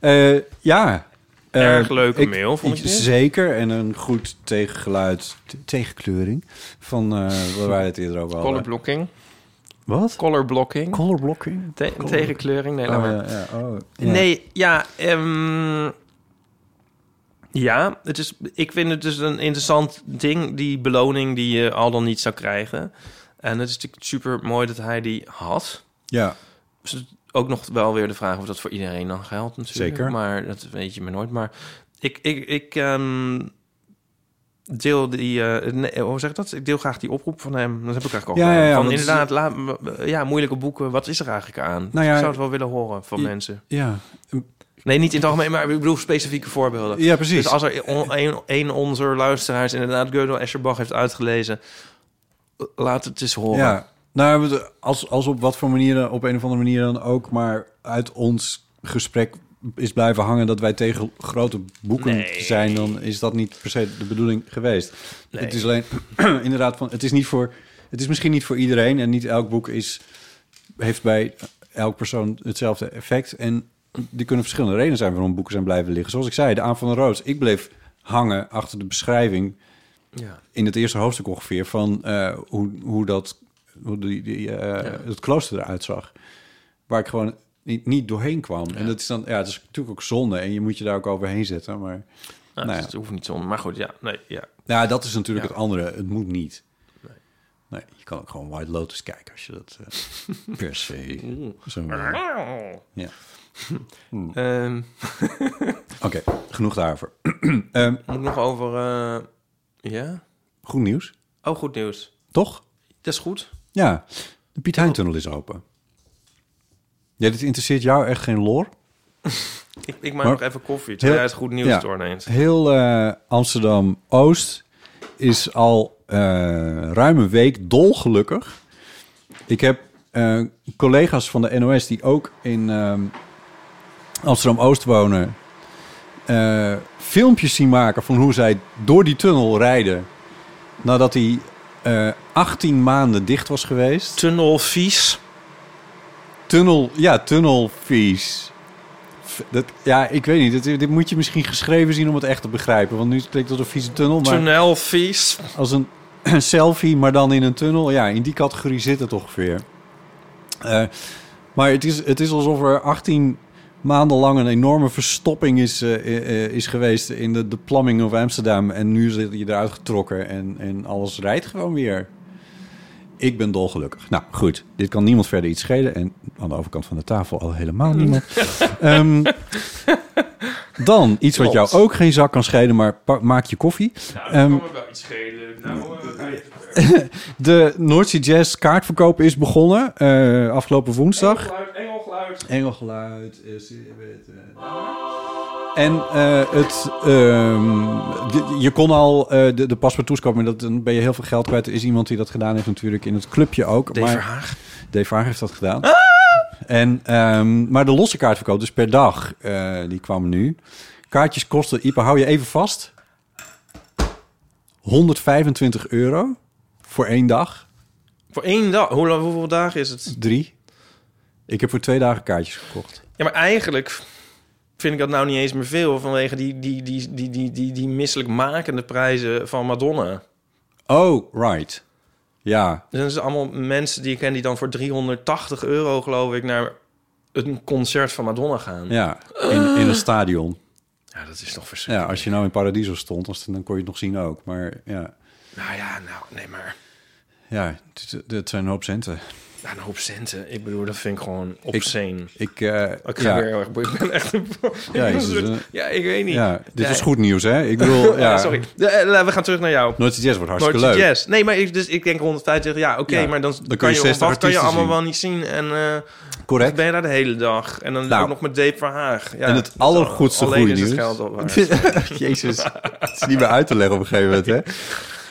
S2: Eh, ja. Eh,
S3: Erg leuke mail, vond ik dit.
S2: Zeker, en een goed tegengeluid, te- tegenkleuring van eh waar wij het eerder over hadden.
S3: Color blocking.
S2: Wat?
S3: Color blocking.
S2: Color blocking?
S3: Te- tegenkleuring, nee, laat
S2: Oh,
S3: maar.
S2: ja, ja, oh, ja.
S3: Nee, ja, ehm, ja, het is, ik vind het dus een interessant ding, die beloning die je al dan niet zou krijgen. En het is natuurlijk super mooi dat hij die had.
S2: Ja,
S3: Dus ook nog wel weer de vraag of dat voor iedereen dan geldt natuurlijk.
S2: Zeker.
S3: Maar dat weet je maar nooit. Maar ik, ik, ik ehm, deel die, eh, nee, hoe zeg ik dat? Ik deel graag die oproep van hem. Dat heb ik eigenlijk al
S2: Ja,
S3: gedaan.
S2: ja, ja,
S3: van
S2: want-
S3: inderdaad, laat, me- ja, moeilijke boeken, wat is er eigenlijk aan?
S2: Nou ja,
S3: ik zou het wel willen horen van
S2: i-
S3: mensen.
S2: ja.
S3: Nee, niet in het algemeen, maar ik bedoel specifieke voorbeelden.
S2: ja precies.
S3: Dus als er on- een, een onze luisteraars inderdaad Gödel Escherbach heeft uitgelezen... laat het eens horen.
S2: Ja, nou, we- als, als op wat voor manieren, op een of andere manier dan ook, maar uit ons gesprek is blijven hangen dat wij tegen grote boeken
S3: Nee.
S2: zijn, dan is dat niet per se de bedoeling geweest.
S3: Nee.
S2: Het is alleen inderdaad van, het is niet voor, het is misschien niet voor iedereen en niet elk boek is, heeft bij elk persoon hetzelfde effect en die kunnen verschillende redenen zijn waarom boeken zijn blijven liggen. Zoals ik zei, de aan van de roos. Ik bleef hangen achter de beschrijving
S3: Ja.
S2: in het eerste hoofdstuk ongeveer van eh, hoe, hoe dat hoe die, die, eh, het klooster eruit zag. Waar ik gewoon niet, niet doorheen kwam. En dat is dan, ja, het is natuurlijk ook zonde en je moet je daar ook overheen zetten. Maar
S3: Nou,
S2: nou ja.
S3: dus Het hoeft niet zonder. Maar goed, ja. Nee, ja.
S2: ja, dat is natuurlijk het andere. Het moet niet. Nee. je kan ook gewoon White Lotus kijken als je dat eh, per se zo wil. Ja.
S3: Ehm,
S2: Oké, genoeg daarover. Ehm,
S3: moet nog over... eh, ja?
S2: goed nieuws,
S3: Oh, goed nieuws.
S2: toch?
S3: Dat is goed.
S2: Ja, de Piet Hein-tunnel is open. Ja, dit interesseert jou echt geen lore?
S3: Ik, ik maak
S2: Maar-
S3: nog even koffie, terwijl jij het goed nieuws
S2: ja,
S3: doorneemt.
S2: Heel eh, Amsterdam-Oost is al eh, ruim een week dolgelukkig. Ik heb eh, collega's van de NOS die ook in ehm, Amsterdam-Oost wonen... eh, filmpjes zien maken van hoe zij door die tunnel rijden... nadat die eh 18 maanden dicht was geweest.
S3: Tunnelvies.
S2: Tunnel, ja, tunnelvies. F- Dat, ja, ik weet niet. Dit, dit moet je misschien geschreven zien om het echt te begrijpen. Want nu klinkt het als een vieze tunnel, maar
S3: Tunnelvies.
S2: als een, een selfie, maar dan in een tunnel. Ja, in die categorie zit het ongeveer. Eh, maar het is, het is alsof er 18 maanden lang een enorme verstopping is, eh, eh, eh, is geweest in de, de plumbing of Amsterdam. En nu zit je eruit getrokken en, en alles rijdt gewoon weer. Ik ben dolgelukkig. Nou goed, dit kan niemand verder iets schelen. En aan de overkant van de tafel al helemaal niemand. Ehm, dan iets wat jou ook geen zak kan schelen, maar pa- maak je koffie. Ehm,
S3: wel iets schelen. Nou,
S2: de Noordzee Jazz kaartverkoop is begonnen eh, afgelopen woensdag.
S3: engelgeluid.
S2: Engelgeluid. En eh, het, ehm, je, je kon al eh, de, de paspartouts kopen, maar dat, dan ben je heel veel geld kwijt. Er is iemand die dat gedaan heeft natuurlijk in het clubje ook.
S3: Dave
S2: maar,
S3: Verhaag.
S2: Dave Vaar heeft dat gedaan. En, ehm, maar de losse kaartverkoop, dus per dag, eh, die kwam nu. Kaartjes kosten, Ipa, hou je even vast. 125 euro voor één dag.
S3: Voor één dag. Hoe, lang- hoeveel dagen is het?
S2: Drie. Ik heb voor twee dagen kaartjes gekocht.
S3: Ja, maar eigenlijk vind ik dat nou niet eens meer veel... vanwege die, die, die, die, die, die, die misselijkmakende prijzen van Madonna.
S2: Oh, right. Ja,
S3: Dus dat zijn allemaal mensen die ik ken... die dan voor 380 euro, geloof ik... naar een concert van Madonna gaan. Ja,
S2: ja. In, in een stadion.
S3: dat is toch verschrikkelijk.
S2: Ja, als je nou in Paradiso stond, als- dan kon je het nog zien ook. Maar ja,
S3: Nou ja, nou, nee, maar...
S2: ja het, het zijn een hoop centen.
S3: Nou, een hoop centen. Ik bedoel, dat vind ik gewoon obscene.
S2: Ik, eh,
S3: Ik ga
S2: ja.
S3: weer heel erg... Ik ben echt een...
S2: Ja,
S3: Ja,
S2: is
S3: ik,
S2: het een-
S3: ja, ik weet niet.
S2: Ja, dit
S3: Ja,
S2: was goed nieuws, hè? Ik bedoel, ja.
S3: Ja, sorry. Eh, eh, we gaan terug naar jou.
S2: Noordzee Jazz wordt hartstikke
S3: Noordzee
S2: leuk.
S3: Jazz. Nee, maar ik, dus ik denk 150, ja, oké,
S2: Ja,
S3: maar dan,
S2: dan kun
S3: kan
S2: je
S3: je,
S2: 60
S3: wat kan je
S2: artiesten
S3: allemaal
S2: zien.
S3: wel niet zien. En eh,
S2: Correct.
S3: ben je daar de hele dag. En dan
S2: Nou.
S3: ook nog met Dave Verhaag. Ja,
S2: en het allergoedste
S3: alleen
S2: goede
S3: is
S2: nieuws...
S3: het geld al waard.
S2: Jezus, het is niet meer uit te leggen op een gegeven moment, hè?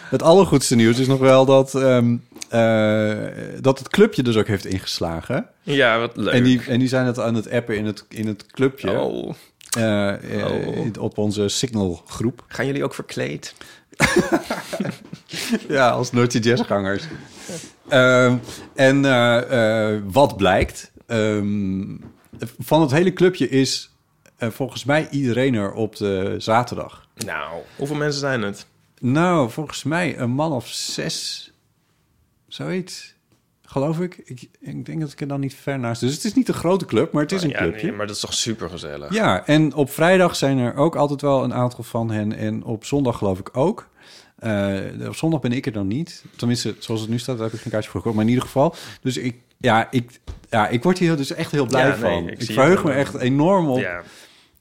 S2: Het allergoedste nieuws is nog wel dat, ehm, eh, dat het clubje dus ook heeft ingeslagen.
S3: Ja, wat leuk.
S2: En die, en die zijn het aan het appen in het, in het clubje.
S3: Oh,
S2: eh, eh,
S3: Oh.
S2: in- Op onze Signal groep.
S3: gaan jullie ook verkleed?
S2: Ja, als Noordzee Jazzgangers. Ehm, en eh, eh, wat blijkt? Ehm, van het hele clubje is eh, volgens mij iedereen er op de zaterdag.
S3: Nou, hoeveel mensen zijn het?
S2: Nou, volgens mij een man of zes. Zoiets. Geloof ik. ik. Ik denk dat ik er dan niet ver naast... Dus het is niet een grote club, maar het is een
S3: Oh, ja,
S2: clubje.
S3: nee, maar dat is toch super gezellig.
S2: Ja, en op vrijdag zijn er ook altijd wel een aantal van hen. En op zondag geloof ik ook. Eh, op zondag ben ik er dan niet. Tenminste, zoals het nu staat, daar heb ik geen kaartje voor gekocht. Maar in ieder geval. Dus ik, ja, ik, ja, ik word hier dus echt heel blij
S3: Ja, nee,
S2: van.
S3: ik
S2: Ik,
S3: zie
S2: verheug
S3: het
S2: me
S3: wel.
S2: echt enorm op.
S3: Ja.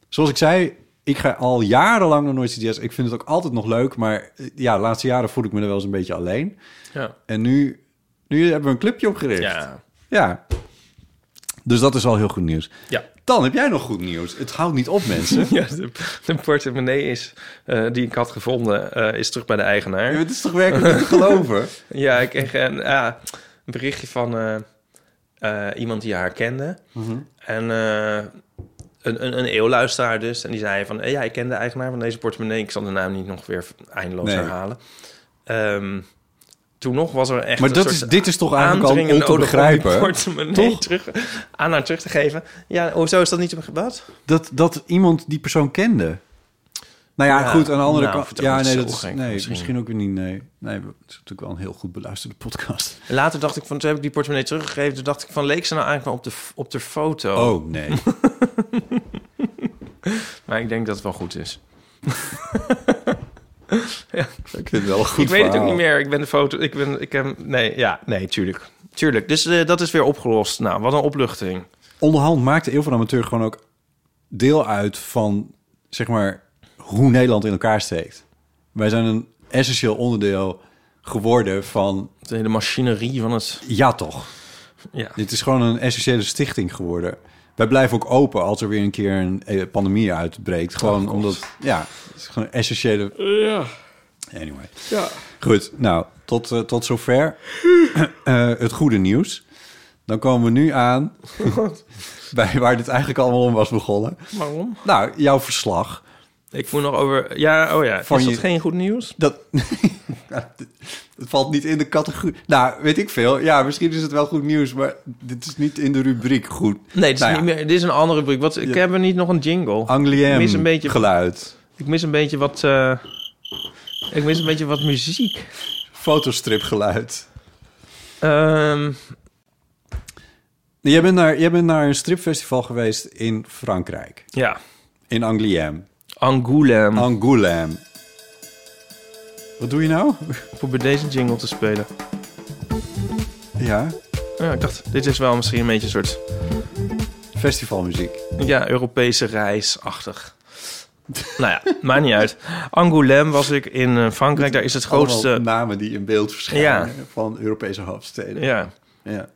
S2: Zoals ik zei, ik ga al jarenlang naar Noordse Jazz. Ik vind het ook altijd nog leuk. Maar eh, ja, de laatste jaren voel ik me er wel eens een beetje alleen.
S3: Ja.
S2: En nu, nu hebben we een clubje opgericht.
S3: Ja.
S2: ja. Dus dat is al heel goed nieuws.
S3: Ja.
S2: Dan heb jij nog goed nieuws. Het houdt niet op, mensen.
S3: Ja, de, de portemonnee is, eh, die ik had gevonden eh, is terug bij de eigenaar.
S2: Ja, maar Het is toch werkelijk niet te geloven?
S3: Ja, ik kreeg een, ja, een berichtje van eh, eh, iemand die haar kende.
S2: Mhm.
S3: En eh, een, een, een eeuwluisteraar dus. En die zei van, eh, ja, ik ken de eigenaar van deze portemonnee. Ik zal de naam niet nog weer eindeloos
S2: Nee.
S3: herhalen. Ehm, toen nog was er echt
S2: Maar
S3: een
S2: dat
S3: soort
S2: is- dit is toch eigenlijk al
S3: aandringen
S2: om te
S3: nodig om die
S2: begrijpen,
S3: portemonnee
S2: toch?
S3: terug, aan haar oh, terug te geven. Ja, hoezo is dat niet... te beg- Wat?
S2: Dat, dat iemand die persoon kende. Nou ja,
S3: Ja,
S2: goed, aan de andere
S3: nou,
S2: kant...
S3: vind ik
S2: Ja,
S3: niet
S2: nee,
S3: zo
S2: dat is,
S3: gek,
S2: nee misschien.
S3: misschien.
S2: ook weer niet. Nee. nee, het is natuurlijk wel een heel goed beluisterde podcast.
S3: En Later dacht ik van, toen heb ik die portemonnee teruggegeven. Toen dacht ik van, leek ze nou eigenlijk wel op de, f- op de foto?
S2: Oh, nee.
S3: Maar ik denk dat het wel goed is.
S2: ik vind het wel een goed
S3: ik weet het ook
S2: verhaal.
S3: niet meer. Ik ben de foto. Ik ben. Ik heb. Nee, ja, nee, tuurlijk. Tuurlijk. Dus eh, dat is weer opgelost. Nou, wat een opluchting.
S2: Onderhand maakt de Eeuw van de Amateur gewoon ook deel uit van, zeg maar, hoe Nederland in elkaar steekt. Wij zijn een essentieel onderdeel geworden van,
S3: De hele machinerie van het.
S2: ja toch,
S3: Ja.
S2: dit is gewoon een essentiële stichting geworden. Wij blijven ook open als er weer een keer een eh, pandemie
S3: Oh,
S2: uitbreekt. Gewoon omdat, ja, het is gewoon een essentiële...
S3: Eh,
S2: Anyway. Ja. Goed, nou, tot, eh, tot zover Eh, het goede nieuws. Dan komen we nu aan bij waar dit eigenlijk allemaal om was begonnen.
S3: Waarom?
S2: Nou, jouw verslag.
S3: Ik moet nog over. Ja, oh ja.
S2: Van
S3: is dat
S2: je-
S3: geen goed nieuws?
S2: Dat, het valt niet in de categorie. Nou, weet ik veel. Ja, misschien is het wel goed nieuws, maar dit is niet in de rubriek goed.
S3: Nee, dit is,
S2: Nou ja,
S3: niet meer, dit is een andere rubriek. Wat, ik heb er niet nog een jingle.
S2: Angliem
S3: Ik mis een beetje-
S2: geluid.
S3: Ik mis een beetje wat. eh, ik mis een beetje wat muziek.
S2: Fotostrip geluid.
S3: Ehm,
S2: Jij bent, naar, jij bent naar een stripfestival geweest in Frankrijk.
S3: ja.
S2: In Angliem.
S3: Angoulême.
S2: Angoulême. Wat doe je nou?
S3: Ik probeer deze jingle te spelen.
S2: Ja,
S3: Ja, ik dacht, dit is wel misschien een beetje een soort.
S2: festivalmuziek.
S3: Ja, Europese reisachtig. nou ja, maakt niet uit. Angoulême was ik in eh, Frankrijk. Daar is het
S2: Allemaal
S3: grootste...
S2: namen die in beeld verschijnen van Europese hoofdsteden.
S3: Ja.
S2: Ja,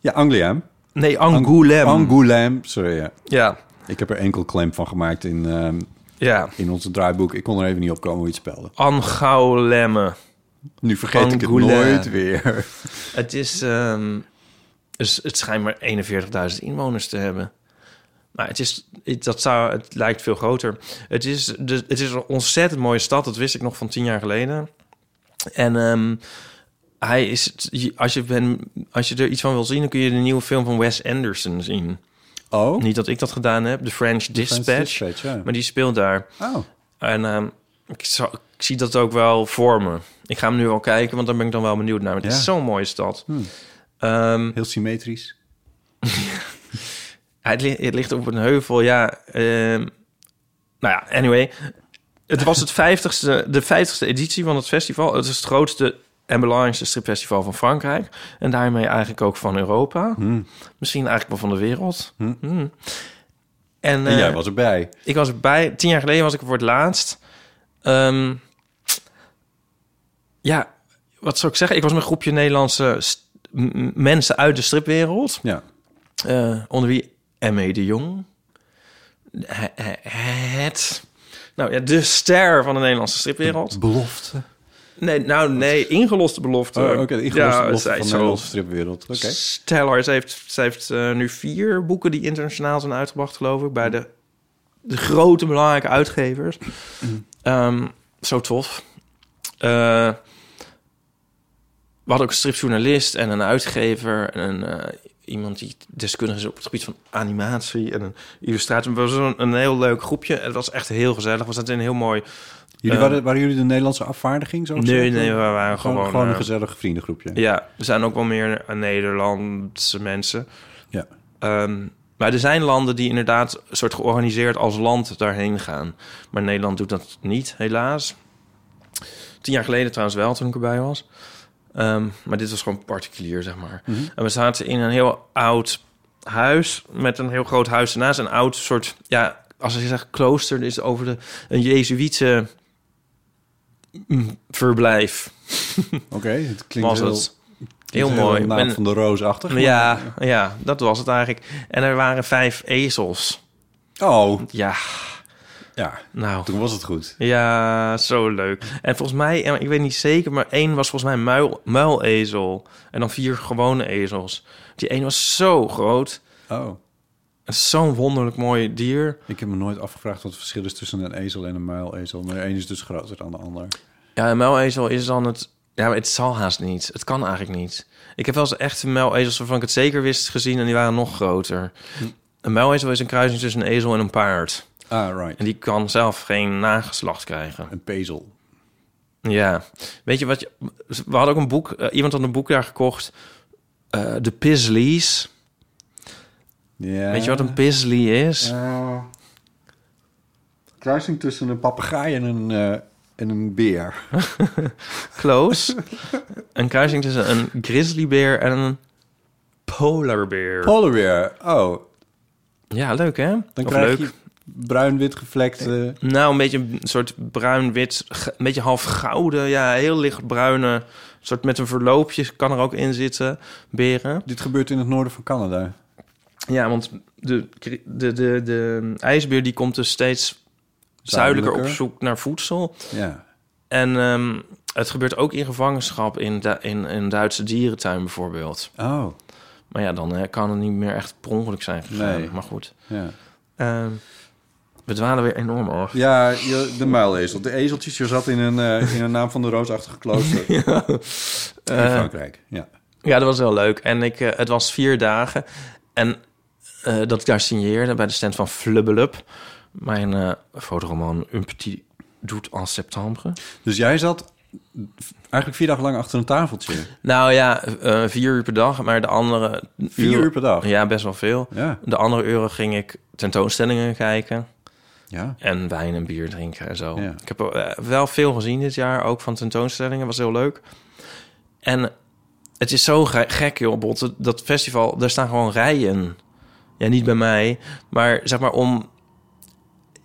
S2: ja Angliem.
S3: Nee, Angoulême.
S2: Angoulême, sorry. Ja.
S3: ja,
S2: Ik heb er enkel claim van gemaakt in, ehm,
S3: ja.
S2: in onze draaiboek. Ik kon er even niet op komen hoe je het spelde.
S3: Angoulême.
S2: Nu vergeet ik
S3: Angoulême.
S2: het nooit weer.
S3: Het is... ehm, dus het schijnt maar 41.000 inwoners te hebben. Maar het, is, het, dat zou, het lijkt veel groter. Het is, de, het is een ontzettend mooie stad. Dat wist ik nog van tien jaar geleden. En ehm, hij is, het- als, je ben, als je er iets van wil zien... dan kun je de nieuwe film van Wes Anderson zien.
S2: Oh,
S3: Niet dat ik dat gedaan heb. De French Dispatch.
S2: Dispatch, ja.
S3: Maar die speelt daar.
S2: Oh,
S3: En ehm, ik, zou- ik zie dat ook wel voor me. Ik ga hem nu al kijken, want daar ben ik dan wel benieuwd naar. Want Het
S2: Ja.
S3: is zo'n mooie stad. Ehm,
S2: heel symmetrisch.
S3: het, li- het ligt op een heuvel, ja. ehm, nou ja, anyway. Het was het 50ste, de 50ste editie van het festival. Het is het grootste en belangrijkste stripfestival van Frankrijk. En daarmee eigenlijk ook van Europa. Misschien eigenlijk wel van de wereld. Hmm. En,
S2: En jij
S3: eh,
S2: was erbij.
S3: Ik was erbij. Tien jaar geleden was ik er voor het laatst. Ehm, ja, wat zou ik zeggen? Ik was met een groepje Nederlandse st- m- m- mensen uit de stripwereld.
S2: Ja.
S3: Eh, onder wie M.E. de Jong. H- h- Het... Nou ja, de ster van de Nederlandse stripwereld.
S2: Belofte.
S3: Nee, nou nee, ingeloste belofte.
S2: Oh, Oké, de ingeloste
S3: Ja,
S2: belofte
S3: zij
S2: van de
S3: is
S2: Nederlandse
S3: zo-
S2: stripwereld. Oké.
S3: Stellar, ze heeft, ze heeft eh, nu vier boeken die internationaal zijn uitgebracht, geloof ik, bij de, de grote belangrijke uitgevers.
S2: Mhm.
S3: Ehm, zo tof. Eh, we hadden ook een stripjournalist en een uitgever en een, eh, iemand die deskundig is op het gebied van animatie en een illustrator. We waren een, een heel leuk groepje. Het was echt heel gezellig. We zaten in een heel mooi.
S2: Jullie
S3: Eh,
S2: waren, waren jullie de Nederlandse afvaardiging? Zo
S3: Nee, nee, we waren
S2: gewoon,
S3: gewoon.
S2: gewoon een
S3: eh,
S2: gezellig vriendengroepje.
S3: ja, er zijn ook wel meer eh, Nederlandse mensen.
S2: Ja.
S3: Ehm, maar er zijn landen die inderdaad een soort georganiseerd als land daarheen gaan. Maar Nederland doet dat niet, helaas. Tien jaar geleden trouwens wel, toen ik erbij was. Ehm, maar dit was gewoon particulier, zeg maar. En we zaten in een heel oud huis met een heel groot huis ernaast. Een oud soort, ja, als je zegt klooster, is het over de, een jezuïte mm, verblijf.
S2: Oké, het klinkt
S3: Was
S2: heel,
S3: het. Heel
S2: klinkt
S3: mooi.
S2: Naam
S3: En-
S2: van de roosachtig. maar-
S3: Ja, ja, dat was het eigenlijk. En er waren vijf ezels.
S2: Oh,
S3: Ja,
S2: ja.
S3: nou.
S2: Toen was het goed.
S3: Ja, zo leuk. En volgens mij, en ik weet niet zeker, maar één was volgens mij een muil, muilezel. En dan vier gewone ezels. Die één was zo groot.
S2: Oh.
S3: En Zo'n wonderlijk mooi dier.
S2: Ik heb me nooit afgevraagd wat het verschil is tussen een ezel en een muilezel. Maar de een is dus groter dan de ander.
S3: Ja, een muilezel is dan het... Ja, maar het zal haast niet. Het kan eigenlijk niet. Ik heb wel eens echte muilezels waarvan ik het zeker wist gezien... en die waren nog groter. Een muilezel is een kruising tussen een ezel en een paard.
S2: Ah, right.
S3: En die kan zelf geen nageslacht krijgen.
S2: Een pezel.
S3: Ja, weet je wat? Je, we hadden ook een boek. eh, iemand had een boek daar gekocht. eh, de Pizzlies.
S2: Ja.
S3: Weet je wat een Pizzly is?
S2: Ja. kruising tussen een papegaai en een, eh, en een beer.
S3: Close. een kruising tussen een grizzlybeer en een polarbeer.
S2: Polarbeer. Oh,
S3: ja, leuk hè?
S2: dan
S3: Of
S2: krijg
S3: leuk.
S2: je bruin-wit gevlekte...
S3: Nou, een beetje een soort bruin-wit, ge- een beetje half gouden, ja, heel lichtbruine, soort met een verloopje kan er ook in zitten, beren.
S2: Dit gebeurt in het noorden van Canada.
S3: Ja, want de, de, de, de ijsbeer die komt dus steeds zuidelijker op
S2: Zuidelijker.
S3: zoek naar voedsel.
S2: Ja.
S3: En ehm, het gebeurt ook in gevangenschap in, Du- in een Duitse dierentuin bijvoorbeeld.
S2: Oh,
S3: Maar ja, dan eh, kan het niet meer echt per ongeluk zijn gegaan.
S2: Nee.
S3: Maar goed,
S2: ja.
S3: Ehm, we dwalen weer enorm af.
S2: Ja, je- de muilezel. De ezeltjes, je zat in een, eh, in een naam van de roosachtige klooster in
S3: Eh,
S2: Frankrijk. Ja.
S3: Ja, dat was wel leuk. En ik, eh, het was vier dagen. En eh, dat ik daar signeerde bij de stand van Flubbelup. Mijn eh, fotoroman Un Petit Doet en Septembre.
S2: Dus jij zat eigenlijk vier dagen lang achter een tafeltje.
S3: Nou ja, eh, vier uur per dag. Maar de andere...
S2: Vier uur per dag?
S3: Ja, best wel veel.
S2: Ja.
S3: De andere uren ging ik tentoonstellingen kijken.
S2: Ja.
S3: En wijn en bier drinken en zo.
S2: Ja.
S3: Ik heb eh, wel veel gezien dit jaar, ook van tentoonstellingen. Was heel leuk. En het is zo ge- gek, joh, Bot. Dat- Dat festival, daar staan gewoon rijen. Ja, niet bij mij, maar zeg maar om...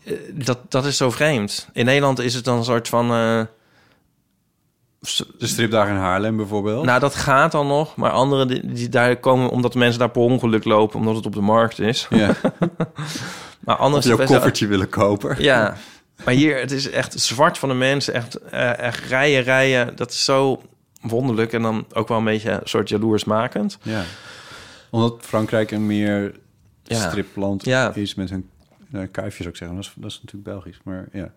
S3: eh, Dat, dat is zo vreemd. In Nederland is het dan een soort van... eh, s-
S2: De stripdagen in Haarlem bijvoorbeeld.
S3: nou, dat gaat dan nog. Maar anderen die, die daar komen omdat mensen daar per ongeluk lopen... omdat het op de markt is.
S2: ja.
S3: Maar andere
S2: Jouw
S3: festivals-
S2: koffertje willen kopen.
S3: Ja, maar hier, het is echt zwart van de mensen. Echt, eh, echt rijen, rijen. Dat is zo wonderlijk en dan ook wel een beetje een soort jaloersmakend.
S2: Ja. Omdat Frankrijk een meer
S3: Ja.
S2: stripland
S3: Ja.
S2: is met een nou, kuifje zou ik zeggen. Dat is, dat is natuurlijk Belgisch, maar ja.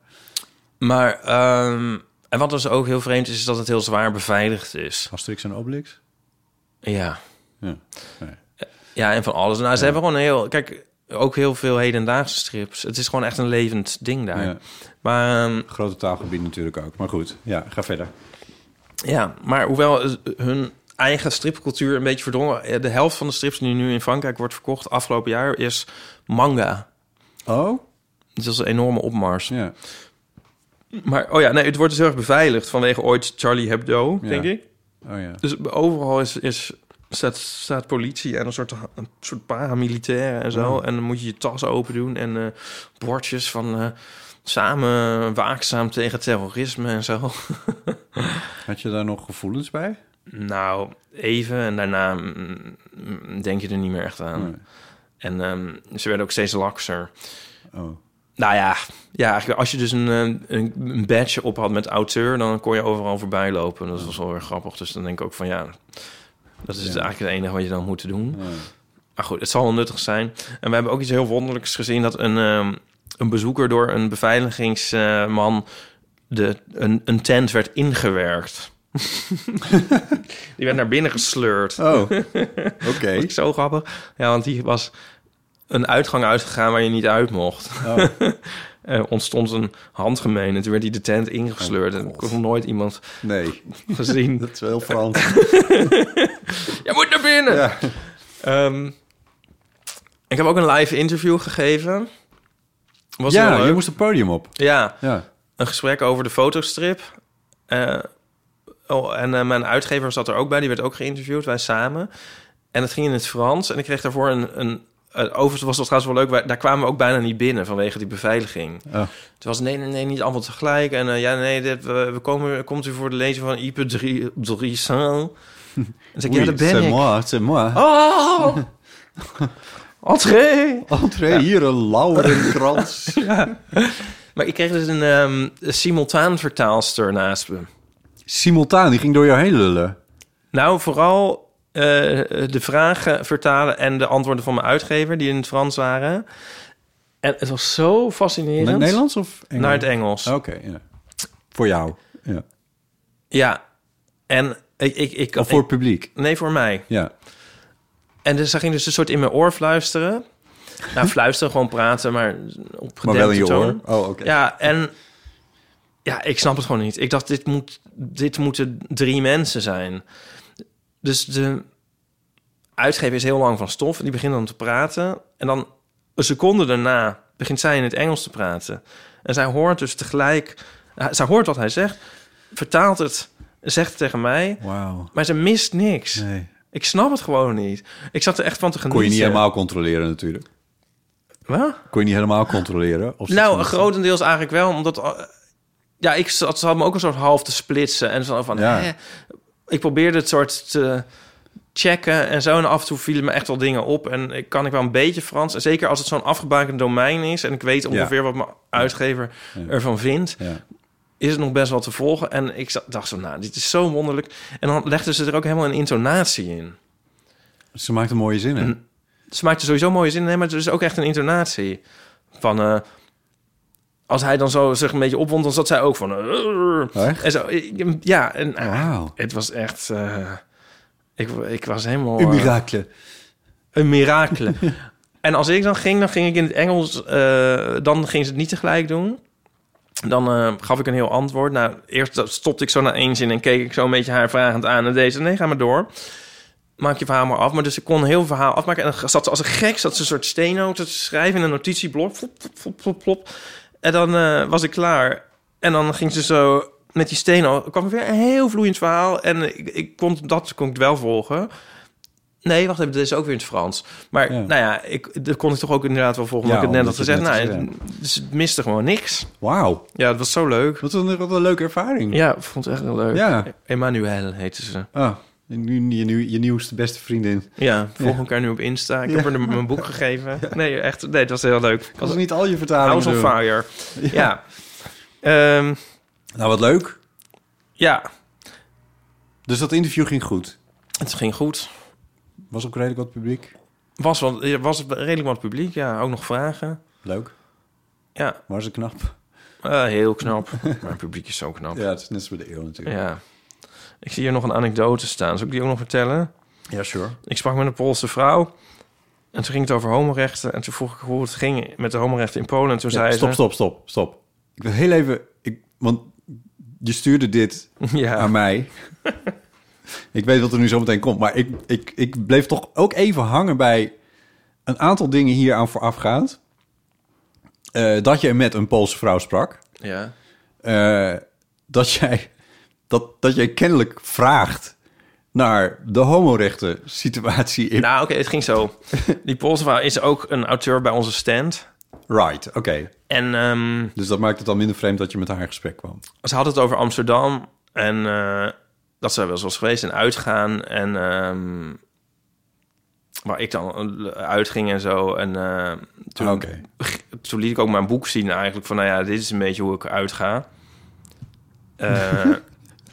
S3: Maar, ehm, en wat dus ook heel vreemd is, is dat het heel zwaar beveiligd is.
S2: Asterix en Obelix.
S3: Ja,
S2: Ja. Nee.
S3: ja en van alles. Nou, ze hebben gewoon heel... Kijk, ook heel veel hedendaagse strips. Het is gewoon echt een levend ding daar.
S2: Ja.
S3: Maar... ehm,
S2: Grote taalgebied natuurlijk ook. Maar goed, ja, ga verder.
S3: Ja, maar hoewel eh, hun eigen stripcultuur een beetje verdrongen... eh, de helft van de strips die nu in Frankrijk wordt verkocht afgelopen jaar is manga.
S2: Oh?
S3: Dus dat is een enorme opmars.
S2: Ja.
S3: Maar, oh ja, nee, het wordt dus heel erg beveiligd vanwege ooit Charlie Hebdo,
S2: Ja.
S3: denk ik.
S2: Oh ja.
S3: Dus overal is, is, staat, staat politie en een soort, een soort paramilitairen en zo. En dan moet je je tas open doen en eh, bordjes van... eh, Samen waakzaam tegen terrorisme en zo.
S2: Had je daar nog gevoelens bij?
S3: Nou, even en daarna mm, mm, denk je er niet meer echt aan.
S2: Nee.
S3: En ehm, ze werden ook steeds lakser.
S2: Oh.
S3: Nou ja, ja eigenlijk als je dus een, eh, een, een badge op had met auteur, dan kon je overal voorbij lopen. Dat was wel weer grappig. Dus dan denk ik ook van ja, dat is
S2: Ja.
S3: eigenlijk het enige wat je dan moet doen.
S2: Nee.
S3: Maar goed, het zal wel nuttig zijn. En we hebben ook iets heel wonderlijks gezien dat een, ehm, een bezoeker door een beveiligingsman de, een, een tent werd ingewerkt. Die werd naar binnen gesleurd.
S2: Oh, oké.
S3: Dat is zo grappig. Ja, want die was een uitgang uitgegaan waar je niet uit mocht.
S2: Oh.
S3: Eh, ontstond een handgemeen en toen werd hij de tent ingesleurd. en ik
S2: Oh, God.
S3: had nog nooit iemand
S2: Nee,
S3: gezien.
S2: dat is wel Frans.
S3: Jij moet naar binnen!
S2: Ja.
S3: Ehm, ik heb ook een live interview gegeven. Was heel
S2: ja,
S3: leuk.
S2: je moest het podium op.
S3: Ja,
S2: Ja.
S3: een gesprek over de fotostrip. Eh, oh, en eh, mijn uitgever zat er ook bij, die werd ook geïnterviewd, wij samen. En het ging in het Frans en ik kreeg daarvoor een... een eh, overigens was dat trouwens wel leuk, wij- daar kwamen we ook bijna niet binnen vanwege die beveiliging.
S2: Oh.
S3: Het was nee, nee, nee, niet allemaal tegelijk. En eh, ja, nee, dit, we, we komen, komt u voor de lezing van Ipe Drie- Driessen. En zei ik, ja,
S2: Oei,
S3: daar ben
S2: c'est
S3: ik.
S2: moi, c'est moi.
S3: Oh! Entree!
S2: Entree, hier een laurenkrans.
S3: Maar ik kreeg dus een ehm, simultaan vertaalster naast me.
S2: Simultaan, die ging door jou heen lullen.
S3: Nou, vooral eh, de vragen vertalen en de antwoorden van mijn uitgever, die in het Frans waren. En het was zo fascinerend.
S2: Naar het Nederlands of Engels? Oh.
S3: Naar het Engels.
S2: Oké, ja. Voor jou. Ja.
S3: Ja. En ik... ik, ik,
S2: Of voor het
S3: ik-
S2: publiek.
S3: nee, voor mij.
S2: Ja.
S3: En dus hij ging dus een soort in mijn oor fluisteren. Nou, fluisteren, gewoon praten, maar op
S2: Maar wel in je
S3: gedempte
S2: oor.
S3: toon.
S2: Oh, oké.
S3: Ja, en ja, ik snap het gewoon niet. Ik dacht, dit, moet, dit moeten drie mensen zijn. Dus de uitgever is heel lang van stof. Die begint dan te praten. En dan een seconde daarna begint zij in het Engels te praten. En zij hoort dus tegelijk... eh, Zij hoort wat hij zegt, vertaalt het, zegt het tegen mij.
S2: Wauw.
S3: Maar ze mist niks.
S2: Nee.
S3: Ik snap het gewoon niet. Ik zat er echt van te genieten.
S2: Kon je niet helemaal controleren natuurlijk.
S3: Wat?
S2: Kon je niet helemaal controleren? Of ze
S3: Nou,
S2: het-
S3: grotendeels eigenlijk wel, omdat... eh, Ja, ik zat, ze had me ook een soort half te splitsen. En zo van,
S2: Ja.
S3: hè. ik probeerde het soort te checken en zo. En af en toe vielen me echt wel dingen op. En ik, kan ik wel een beetje Frans. En zeker als het zo'n afgebakend domein is... en ik weet ongeveer wat mijn uitgever ervan vindt...
S2: Ja.
S3: is het nog best wel te volgen. En ik za- dacht zo, nou, dit is zo wonderlijk. En dan legden ze er ook helemaal een intonatie in.
S2: Ze maakt een mooie zin, hè?
S3: Ze maakte sowieso mooie zin in, maar er is ook echt een intonatie. Van, eh, als hij dan zo zich een beetje opwond, dan zat zij ook van... eh,
S2: Echt?
S3: en zo, eh, ja, en ah,
S2: Wauw.
S3: het was echt... eh, ik, ik was helemaal...
S2: Een
S3: eh,
S2: mirakel.
S3: een mirakel. en als ik dan ging, dan ging ik in het Engels... eh, dan ging ze het niet tegelijk doen. Dan eh, gaf ik een heel antwoord. Nou, eerst stopte ik zo naar één zin en keek ik zo een beetje haar vragend aan. En deze, nee, ga maar door. Maak je verhaal maar af. Maar dus ik kon heel veel verhaal afmaken. En dan zat ze als een gek, zat ze een soort steennota te schrijven in een notitieblok. Flop, flop, flop, flop, flop. En dan eh, was ik klaar. En dan ging ze zo met die steeno. Er kwam weer een heel vloeiend verhaal. En ik, ik kon dat kon ik wel volgen. Nee, wacht even, dit is ook weer in het Frans. Maar
S2: Ja.
S3: nou ja, ik, dat kon ik toch ook inderdaad wel volgen.
S2: Ja,
S3: omdat ik het net had
S2: omdat je
S3: gezegd.
S2: het
S3: Nou,
S2: net
S3: het, dus het miste gewoon niks.
S2: Wauw.
S3: Ja, het was zo leuk.
S2: Wat een, wat een leuke ervaring.
S3: Ja, ik vond het echt heel leuk.
S2: Ja.
S3: Emmanuel heette ze.
S2: Ah, je, nieuw- je, nieuw- je nieuwste beste vriendin.
S3: Ja, volg elkaar nu op Insta. Ik heb haar de- mijn boek gegeven. Nee, echt. Nee, het was heel leuk.
S2: Kan ze niet al je vertalingen
S3: House on
S2: doen?
S3: Fire. Ja. Ja. Ehm,
S2: Nou, wat leuk.
S3: ja,
S2: Dus dat interview ging goed.
S3: het ging goed.
S2: Was ook redelijk wat publiek.
S3: Was, wel, er was redelijk wat publiek. Ja, ook nog vragen.
S2: Leuk.
S3: Ja,
S2: Maar ze knap.
S3: eh, heel knap. Maar het publiek is zo knap.
S2: Ja, het is net zo bij de eeuw
S3: Ja.
S2: natuurlijk.
S3: Ik zie hier nog een anekdote staan. Zal ik die ook nog vertellen?
S2: Ja, sure.
S3: Ik sprak met een Poolse vrouw. En toen ging het over homorechten. En toen vroeg ik hoe het ging met de homorechten in Polen. En toen zei
S2: stop,
S3: ze...
S2: stop, stop, stop. Ik wil heel even... Ik, want je stuurde dit
S3: Ja.
S2: aan mij. ik weet wat er nu zometeen komt. Maar ik, ik, ik bleef toch ook even hangen bij een aantal dingen hier aan voorafgaand. Eh, dat je met een Poolse vrouw sprak.
S3: Ja.
S2: eh, dat, jij, dat, dat jij kennelijk vraagt naar de homorechten situatie in...
S3: Nou, oké, het ging zo. Die Poolse vrouw is ook een auteur bij onze stand.
S2: Right, oké.
S3: En ehm,
S2: Dus dat maakt het dan minder vreemd dat je met haar in gesprek kwam.
S3: ze had het over Amsterdam. En eh, dat ze wel eens was geweest en uitgaan. En ehm, waar ik dan eh, uitging en zo. En eh, toen,
S2: Ah, oké.
S3: toen liet ik ook mijn boek zien eigenlijk. Van nou ja, dit is een beetje hoe ik uitga. Eh,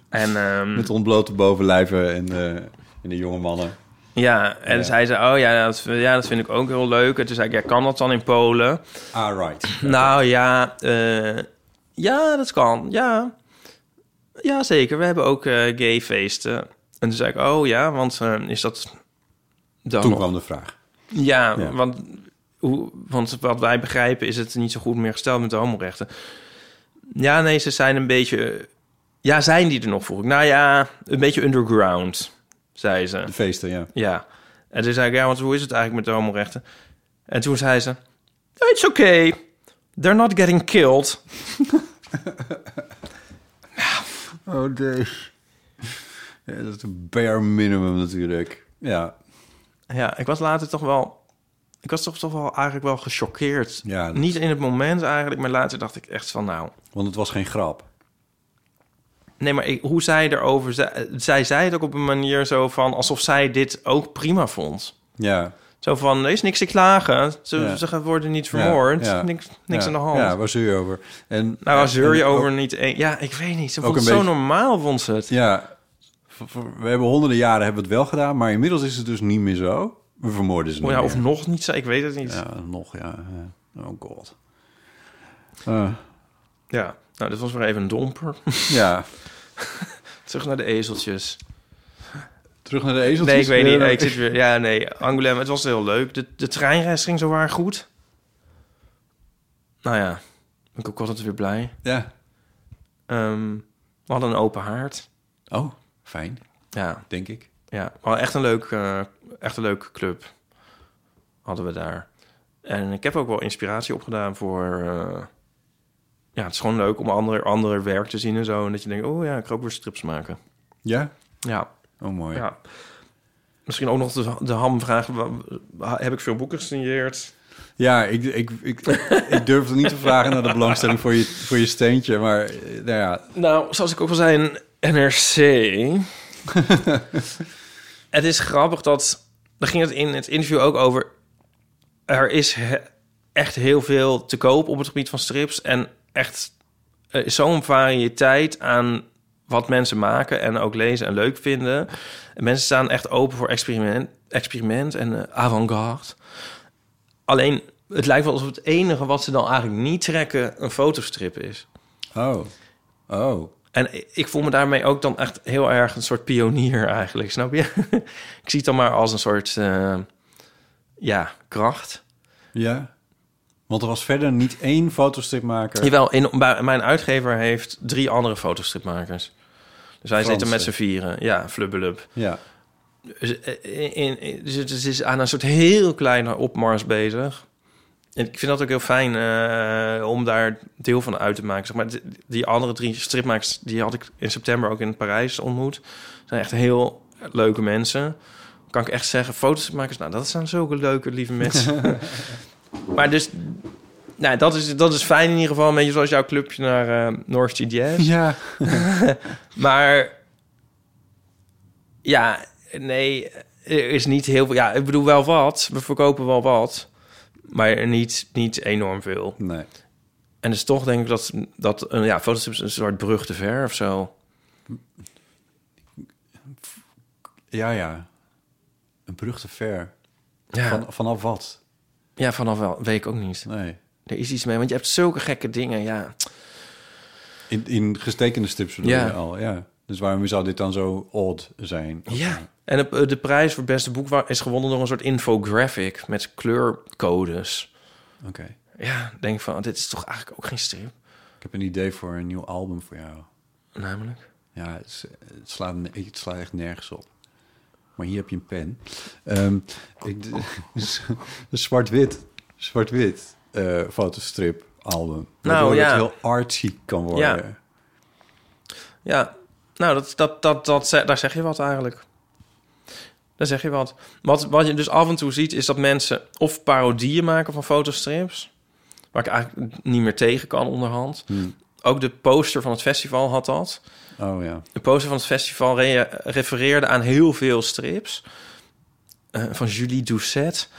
S3: en ehm,
S2: Met ontblote bovenlijven en, eh, en de jonge mannen.
S3: ja, en zei ze, oh ja dat, ja, dat vind ik ook heel leuk. En toen zei ik, ja, kan dat dan in Polen?
S2: Ah, right.
S3: Nou ja, eh, ja, dat kan. Ja. ja, zeker. We hebben ook eh, gay feesten. En toen zei ik, oh ja, want eh, is dat dan
S2: Toen
S3: nog-
S2: kwam de vraag.
S3: Ja,
S2: Ja.
S3: Want, hoe, want wat wij begrijpen is het niet zo goed meer gesteld met de homorechten. Ja, nee, ze zijn een beetje... Ja, zijn die er nog, vroeg ik. Nou ja, een beetje underground, zei ze.
S2: De feesten, ja.
S3: Ja. En toen zei ik, ja, want hoe is het eigenlijk met de homorechten? En toen zei ze, it's okay. They're not getting killed.
S2: Oh, deze. Ja, dat is een bare minimum natuurlijk. Ja,
S3: Ja, ik was later toch wel... Ik was toch, toch wel eigenlijk wel gechoqueerd.
S2: Ja, dat-
S3: Niet in het moment eigenlijk, maar later dacht ik echt van, nou...
S2: want het was geen grap.
S3: Nee, maar ik- hoe zij erover... Zij, zij zei het ook op een manier zo van... alsof zij dit ook prima vond.
S2: Ja.
S3: Zo van, er is niks te klagen. Ze,
S2: Ja.
S3: ze worden niet vermoord.
S2: Ja, ja.
S3: Niks, niks
S2: Ja,
S3: aan de hand.
S2: Ja, waar zeur je over? En,
S3: nou, waar zeur je
S2: en ook-
S3: over niet... één- Ja, ik weet niet. Ze
S2: ook
S3: vond het
S2: een
S3: zo
S2: beetje-
S3: normaal, vond ze het.
S2: Ja, v- v- we hebben honderden jaren hebben we het wel gedaan, maar inmiddels is het dus niet meer zo. We vermoorden ze
S3: Oh
S2: niet
S3: ja, of
S2: meer.
S3: nog niet, ik weet het niet. Ja,
S2: Ja, nog, ja. ja. Oh god. Eh,
S3: nou, dit was weer even een domper.
S2: ja,
S3: Terug naar de ezeltjes.
S2: Terug naar de ezeltjes.
S3: Nee, ik weet niet.
S2: Nee,
S3: Ik zit weer, ja, nee. Angoulême, het was heel leuk. De, de treinreis ging zowaar goed. Nou ja, ben ik ook altijd weer blij.
S2: Ja.
S3: Ehm, we hadden een open haard.
S2: Oh, fijn,
S3: Ja,
S2: denk ik.
S3: ja. We hadden echt een leuk, eh, echt een leuke club. Hadden we daar. En ik heb ook wel inspiratie opgedaan voor... eh, ja, het is gewoon leuk om andere, andere werk te zien en zo. En dat je denkt, oh ja, ik ga ook weer strips maken.
S2: Ja?
S3: Ja,
S2: Oh, mooi.
S3: ja. Misschien ook nog de, de hamvraag. wa- Heb ik veel boeken gesigneerd?
S2: Ja, ik, ik, ik, ik durf het niet te vragen naar de belangstelling voor je, voor je steentje. Maar eh, nou ja,
S3: Nou, zoals ik ook al zei, een NRC. het is grappig dat... Daar ging het in het interview ook over. Er is he- echt heel veel te koop op het gebied van strips. En echt er is zo'n variëteit aan wat mensen maken en ook lezen en leuk vinden. En mensen staan echt open voor experiment, experiment en eh, avant-garde. Alleen, het lijkt wel alsof het enige wat ze dan eigenlijk niet trekken... een fotostrip is.
S2: oh, oh.
S3: En ik voel me daarmee ook dan echt heel erg een soort pionier eigenlijk, snap je? ik zie het dan maar als een soort, eh, ja, kracht.
S2: Ja. Want er was verder niet één fotostripmaker.
S3: Jawel, in, bij- mijn uitgever heeft drie andere fotostripmakers. Dus wij zitten met z'n
S2: Fransen.
S3: vieren. Ja, flubbelub.
S2: Ja.
S3: Dus, eh, in- in- dus het is- is aan een soort heel kleine opmars bezig. En ik vind dat ook heel fijn eh, om daar deel van uit te maken. Zeg maar, die- die andere drie stripmakers, die had ik in september ook in Parijs ontmoet. zijn echt heel leuke mensen. Kan ik echt zeggen, fotostripmakers, nou, dat zijn zulke leuke, lieve mensen. maar dus, nou, dat is, dat is fijn in ieder geval. Een beetje zoals jouw clubje naar eh North Sea Jazz.
S2: Ja.
S3: Maar ja, nee, er is niet heel veel. Ja, ik bedoel wel wat. We verkopen wel wat, maar niet, niet enorm veel.
S2: Nee.
S3: En dus toch denk ik dat, dat een ja, Photoshop is een soort brug te ver of zo.
S2: Ja, ja. Een brug te ver.
S3: Ja,
S2: Van, vanaf wat?
S3: ja vanaf wel. Weet ik ook niet.
S2: Nee.
S3: Er is iets mee, want je hebt zulke gekke dingen. Ja,
S2: In, in gestekende strips bedoel
S3: Ja.
S2: je al, ja. Dus waarom zou dit dan zo odd zijn?
S3: ja. En de, de prijs voor het beste boek wa- is gewonnen door een soort infographic met kleurcodes.
S2: Oké.
S3: Ja, denk van, dit is toch eigenlijk ook geen strip?
S2: Ik heb een idee voor een nieuw album voor jou.
S3: Namelijk.
S2: Ja, het, is- het slaat, ne- het slaat echt nergens op. Maar hier heb je een pen. Ehm, ik, dus, een zwart-wit, zwart-wit eh, fotostrip album. Waardoor
S3: Nou, ja.
S2: het heel artsy kan worden.
S3: Ja. Ja, nou, dat, dat, dat, dat, ze- daar zeg je wat eigenlijk. Daar zeg je wat. wat. Wat je dus af en toe ziet, is dat mensen of parodieën maken van fotostrips... waar ik eigenlijk niet meer tegen kan onderhand. Ook de poster van het festival had dat.
S2: Oh ja.
S3: De poster van het festival re- refereerde aan heel veel strips. eh, van Julie Doucet.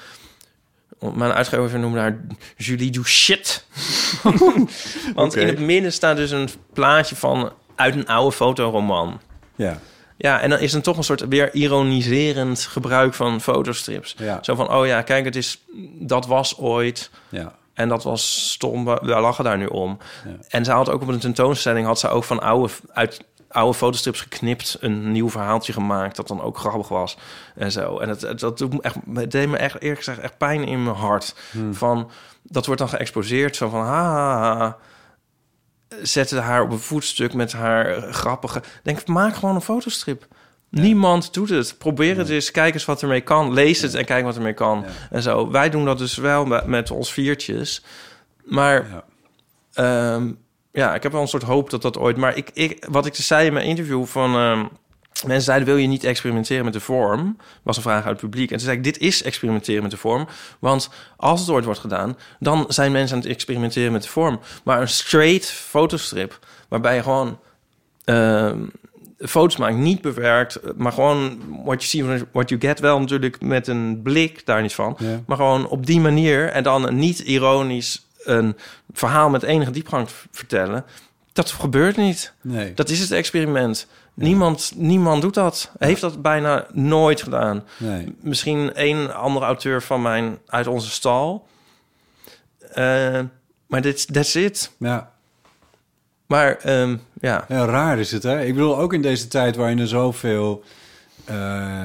S3: Mijn uitgever noemde haar Julie Doucet. Want
S2: Oké.
S3: in het midden staat dus een plaatje van uit een oude fotoroman.
S2: Ja.
S3: Ja, en dan is er toch een soort weer ironiserend gebruik van fotostrips.
S2: Ja.
S3: Zo van, oh ja, kijk, het is, dat was ooit.
S2: Ja.
S3: En dat was stom, we, we lachen daar nu om.
S2: Ja.
S3: En ze had ook op een tentoonstelling... had ze ook van oude, uit oude fotostrips geknipt... een nieuw verhaaltje gemaakt dat dan ook grappig was. En zo. En het, het- dat doet me echt, het deed me echt, eerlijk gezegd echt pijn in mijn hart. Van, dat wordt dan geëxposeerd. Zo van, ha, ha, ha. Zette haar op een voetstuk met haar eh, grappige... Denk, maak gewoon een fotostrip. Niemand doet het. Probeer het eens. Kijk eens wat ermee kan. Lees het en kijk wat ermee kan.
S2: Ja.
S3: En zo. Wij doen dat dus wel met- met ons viertjes. Maar
S2: Ja.
S3: ja. Ehm, ja, ik heb wel een soort hoop dat dat ooit... Maar ik, ik, wat ik dus zei in mijn interview van... ehm, mensen zeiden, wil je niet experimenteren met de vorm? Was een vraag uit het publiek. En toen zei ik, dit is experimenteren met de vorm. Want als het ooit wordt gedaan... dan zijn mensen aan het experimenteren met de vorm. Maar een straight fotostrip... waarbij je gewoon... ehm, foto's maakt, niet bewerkt... maar gewoon what you see, what you get... wel natuurlijk met een blik daar niet van...
S2: Ja.
S3: maar gewoon op die manier... en dan niet ironisch een verhaal met enige diepgang v- vertellen... dat gebeurt niet.
S2: Nee.
S3: Dat is het experiment. Niemand, niemand doet dat. Heeft dat bijna nooit gedaan.
S2: nee.
S3: Misschien één andere auteur van mijn, uit onze stal. Eh, maar dit that's it.
S2: Ja.
S3: Maar ehm, ja.
S2: Ja, raar is het, hè? Ik bedoel, ook in deze tijd waarin er zoveel eh,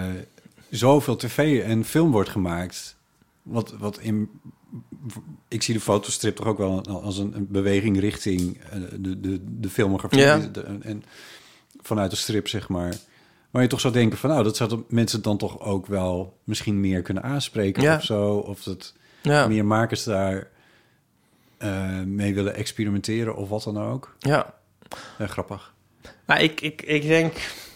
S2: zoveel tv en film wordt gemaakt. Wat, wat in. Ik zie de fotostrip toch ook wel als een, een beweging richting eh, de, de, de filmografie.
S3: Ja.
S2: De- en vanuit de strip, zeg maar. Waar je toch zou denken van, nou, dat zouden mensen dan toch ook wel misschien meer kunnen aanspreken
S3: Ja.
S2: of zo. Of dat
S3: Ja.
S2: meer makers daar eh, mee willen experimenteren of wat dan ook.
S3: Ja.
S2: Eh, grappig.
S3: Nou, ik, ik, ik denk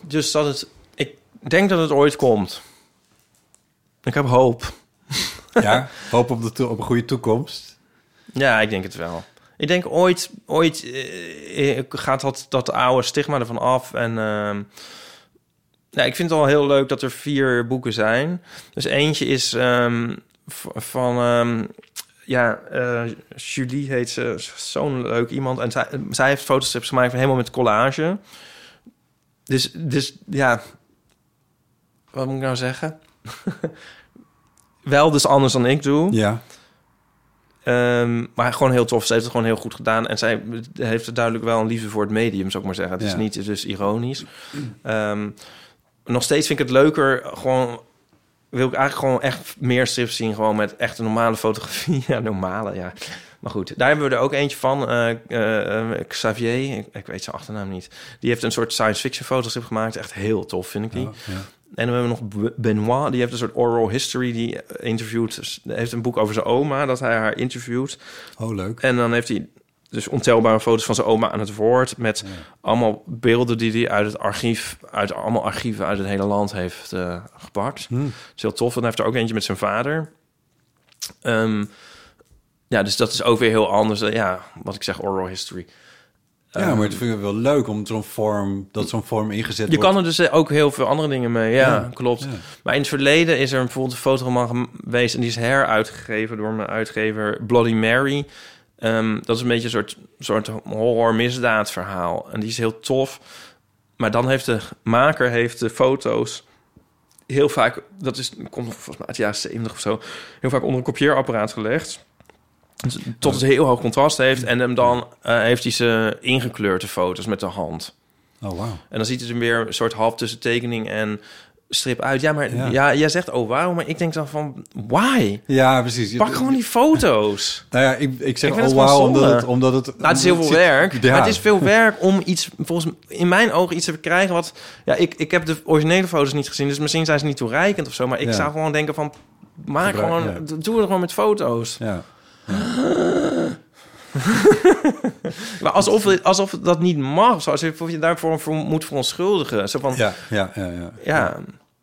S3: dus dat het... Ik denk dat het ooit komt. Ik heb hoop.
S2: Ja, hoop op, de to- op een goede toekomst.
S3: Ja, ik denk het wel. Ik denk ooit, ooit eh, eh, gaat dat, dat oude stigma ervan af. En ehm, nou, ik vind het al heel leuk dat er vier boeken zijn. Dus eentje is ehm, v- van... ehm, ja, eh, Julie heet ze. Zo'n leuk iemand. En zij, zij heeft fotostrips gemaakt van helemaal met collage. Dus, dus ja... Wat moet ik nou zeggen? wel dus anders dan ik doe.
S2: Ja.
S3: Ehm, maar gewoon heel tof. Ze heeft het gewoon heel goed gedaan. En zij heeft er duidelijk wel een liefde voor het medium, zou ik maar zeggen. Het is
S2: Ja.
S3: niet dus ironisch. Ehm, nog steeds vind ik het leuker. Gewoon wil ik eigenlijk gewoon echt meer strips zien. Gewoon met echt een normale fotografie. Ja, normale, ja. Maar goed, daar hebben we er ook eentje van. eh, eh, eh, Xavier, ik, ik weet zijn achternaam niet. Die heeft een soort science fiction fotostrip gemaakt. Echt heel tof, vind ik die. En dan hebben we nog B- Benoit, die heeft een soort oral history, die interviewt, dus hij heeft een boek over zijn oma, dat hij haar interviewt.
S2: Oh, leuk.
S3: En dan heeft hij dus ontelbare foto's van zijn oma aan het woord, met allemaal beelden die hij uit het archief, uit allemaal archieven uit het hele land heeft eh, gepakt.
S2: Hmm.
S3: Dat is heel tof. En hij heeft er ook eentje met zijn vader. Ehm, ja, dus dat is ook weer heel anders. dan- Ja, wat ik zeg, oral history.
S2: ja, maar het vind ik wel leuk om zo'n vorm, dat zo'n vorm ingezet
S3: Je
S2: wordt.
S3: kan er dus ook heel veel andere dingen mee. Ja,
S2: Ja,
S3: klopt.
S2: ja.
S3: Maar in het verleden is er bijvoorbeeld een fotoroman gem- geweest... en die is heruitgegeven door mijn uitgever Bloody Mary. Ehm, dat is een beetje een soort, soort horror misdaad verhaal. En die is heel tof. Maar dan heeft de maker heeft de foto's heel vaak... dat is, komt nog volgens mij uit de jaren 70 of zo... heel vaak onder een kopieerapparaat gelegd... Dus, Tot het heel hoog contrast heeft. En hem dan eh, heeft hij ze ingekleurd, de foto's, met de hand.
S2: Oh, wauw.
S3: En dan ziet het er weer een soort half tussen tekening en strip uit. Ja, maar
S2: Ja.
S3: ja. jij zegt oh wauw, maar ik denk dan van why?
S2: Ja, precies. Je-
S3: Pak gewoon die foto's.
S2: Nou ja, ik, ik zeg
S3: Ik vind
S2: oh
S3: het gewoon
S2: wauw,
S3: zonde.
S2: omdat het... Omdat het
S3: Nou, het is heel veel
S2: zit-
S3: werk.
S2: Ja.
S3: Maar het is veel werk om iets, volgens in mijn ogen, iets te krijgen wat... Ja, ik, ik heb de originele foto's niet gezien, dus misschien zijn ze niet toereikend of zo. Maar ik
S2: Ja.
S3: zou gewoon denken van, maak
S2: Gebruik-
S3: gewoon,
S2: ja.
S3: d- doe het gewoon met foto's.
S2: Ja.
S3: Maar alsof, alsof dat niet mag, of zo. alsof je daarvoor voor moet verontschuldigen. Zo van,
S2: Ja, ja, ja, ja.
S3: Ja.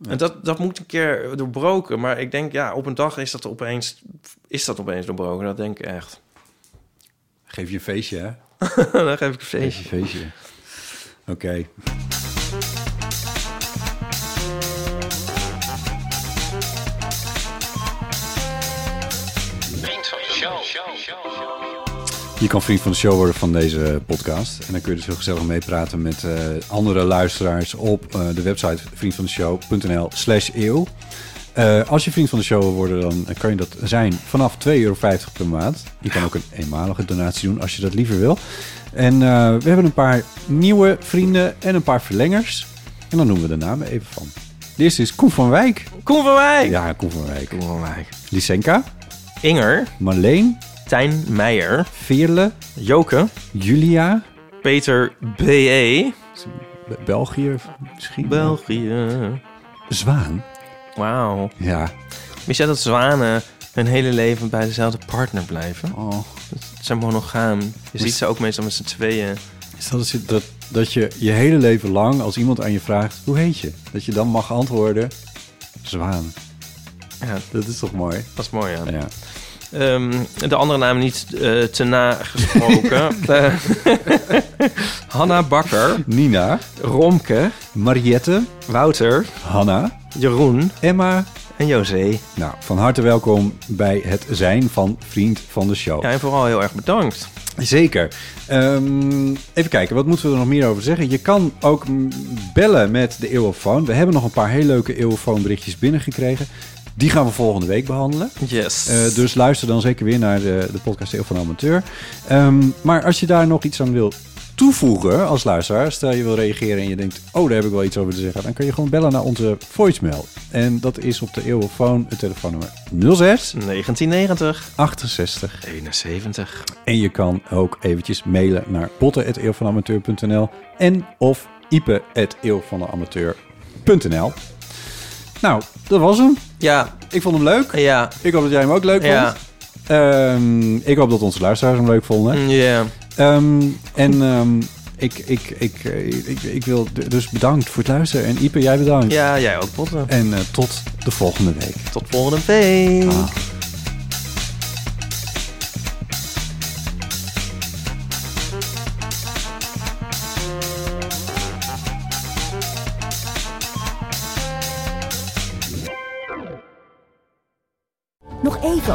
S3: En dat, dat moet een keer doorbroken. Maar ik denk, ja, op een dag is dat opeens, is dat opeens doorbroken. Dat denk ik echt.
S2: Geef je een feestje, hè?
S3: Dan geef ik een feestje.
S2: feestje. Oké. Je kan vriend van de show worden van deze podcast. En dan kun je dus heel gezellig meepraten met eh, andere luisteraars op eh, de website vriendvandeshow.nl slash eeuw. Eh, als je vriend van de show wil worden, dan kan je dat zijn vanaf 2,50 euro per maand. Je kan ook een eenmalige donatie doen als je dat liever wil. En eh, we hebben een paar nieuwe vrienden en een paar verlengers. En dan noemen we de namen even van. De eerste is Koen van Wijk.
S3: Koen van Wijk.
S2: Ja, Koen van Wijk.
S3: Koen van Wijk.
S2: Lysenka,
S3: Inger.
S2: Marleen,
S3: Tijn Meijer.
S2: Veerle,
S3: Joke.
S2: Julia,
S3: Peter E. B.E.
S2: Be- België misschien.
S3: België.
S2: Zwaan.
S3: Wauw.
S2: Ja.
S3: Wist jij dat zwanen hun hele leven bij dezelfde partner blijven?
S2: Oh.
S3: Ze zijn monogaam. Je ziet ze ook meestal met z'n tweeën.
S2: Is dat, het- dat, dat je je hele leven lang, als iemand aan je vraagt, hoe heet je? Dat je dan mag antwoorden, Zwaan.
S3: Ja,
S2: Dat is toch mooi?
S3: dat is mooi, ja.
S2: Ja.
S3: Ehm, de andere naam niet eh, te na gesproken. Eh, Hanna Bakker,
S2: Nina,
S3: Romke,
S2: Mariette,
S3: Wouter,
S2: Hanna,
S3: Jeroen
S2: Emma.
S3: en José.
S2: Nou, van harte welkom bij het zijn van Vriend van de Show.
S3: Ja, en vooral heel erg bedankt.
S2: Zeker. Ehm, even kijken, wat moeten we er nog meer over zeggen? Je kan ook mm, bellen met de Eeuwofoon. We hebben nog een paar heel leuke Eeuwofoon berichtjes binnengekregen. Die gaan we volgende week behandelen.
S3: Yes.
S2: Eh, dus luister dan zeker weer naar de, de podcast Eeuw van de Amateur. Ehm, maar als je daar nog iets aan wil toevoegen als luisteraar. Stel je wil reageren en je denkt, oh daar heb ik wel iets over te zeggen. Dan kun je gewoon bellen naar onze voicemail. En dat is op de eeuwenfoon het telefoonnummer 06
S3: 1990.
S2: 68
S3: 71.
S2: En je kan ook eventjes mailen naar botten.eeuwvanamateur.nl en of ipe.eeuwvanamateur.nl Nou, dat was hem.
S3: Ja,
S2: Ik vond hem leuk.
S3: ja,
S2: Ik hoop dat jij hem ook leuk vond.
S3: ja.
S2: Ehm, ik hoop dat onze luisteraars hem leuk vonden.
S3: Ja.
S2: Ehm, en ehm, ik, ik, ik, eh, ik, ik, wil d- dus bedankt voor het luisteren. En Ipe, jij bedankt.
S3: Ja, jij ook, Botten.
S2: En eh, tot de volgende week.
S3: Tot volgende week.
S1: Nog even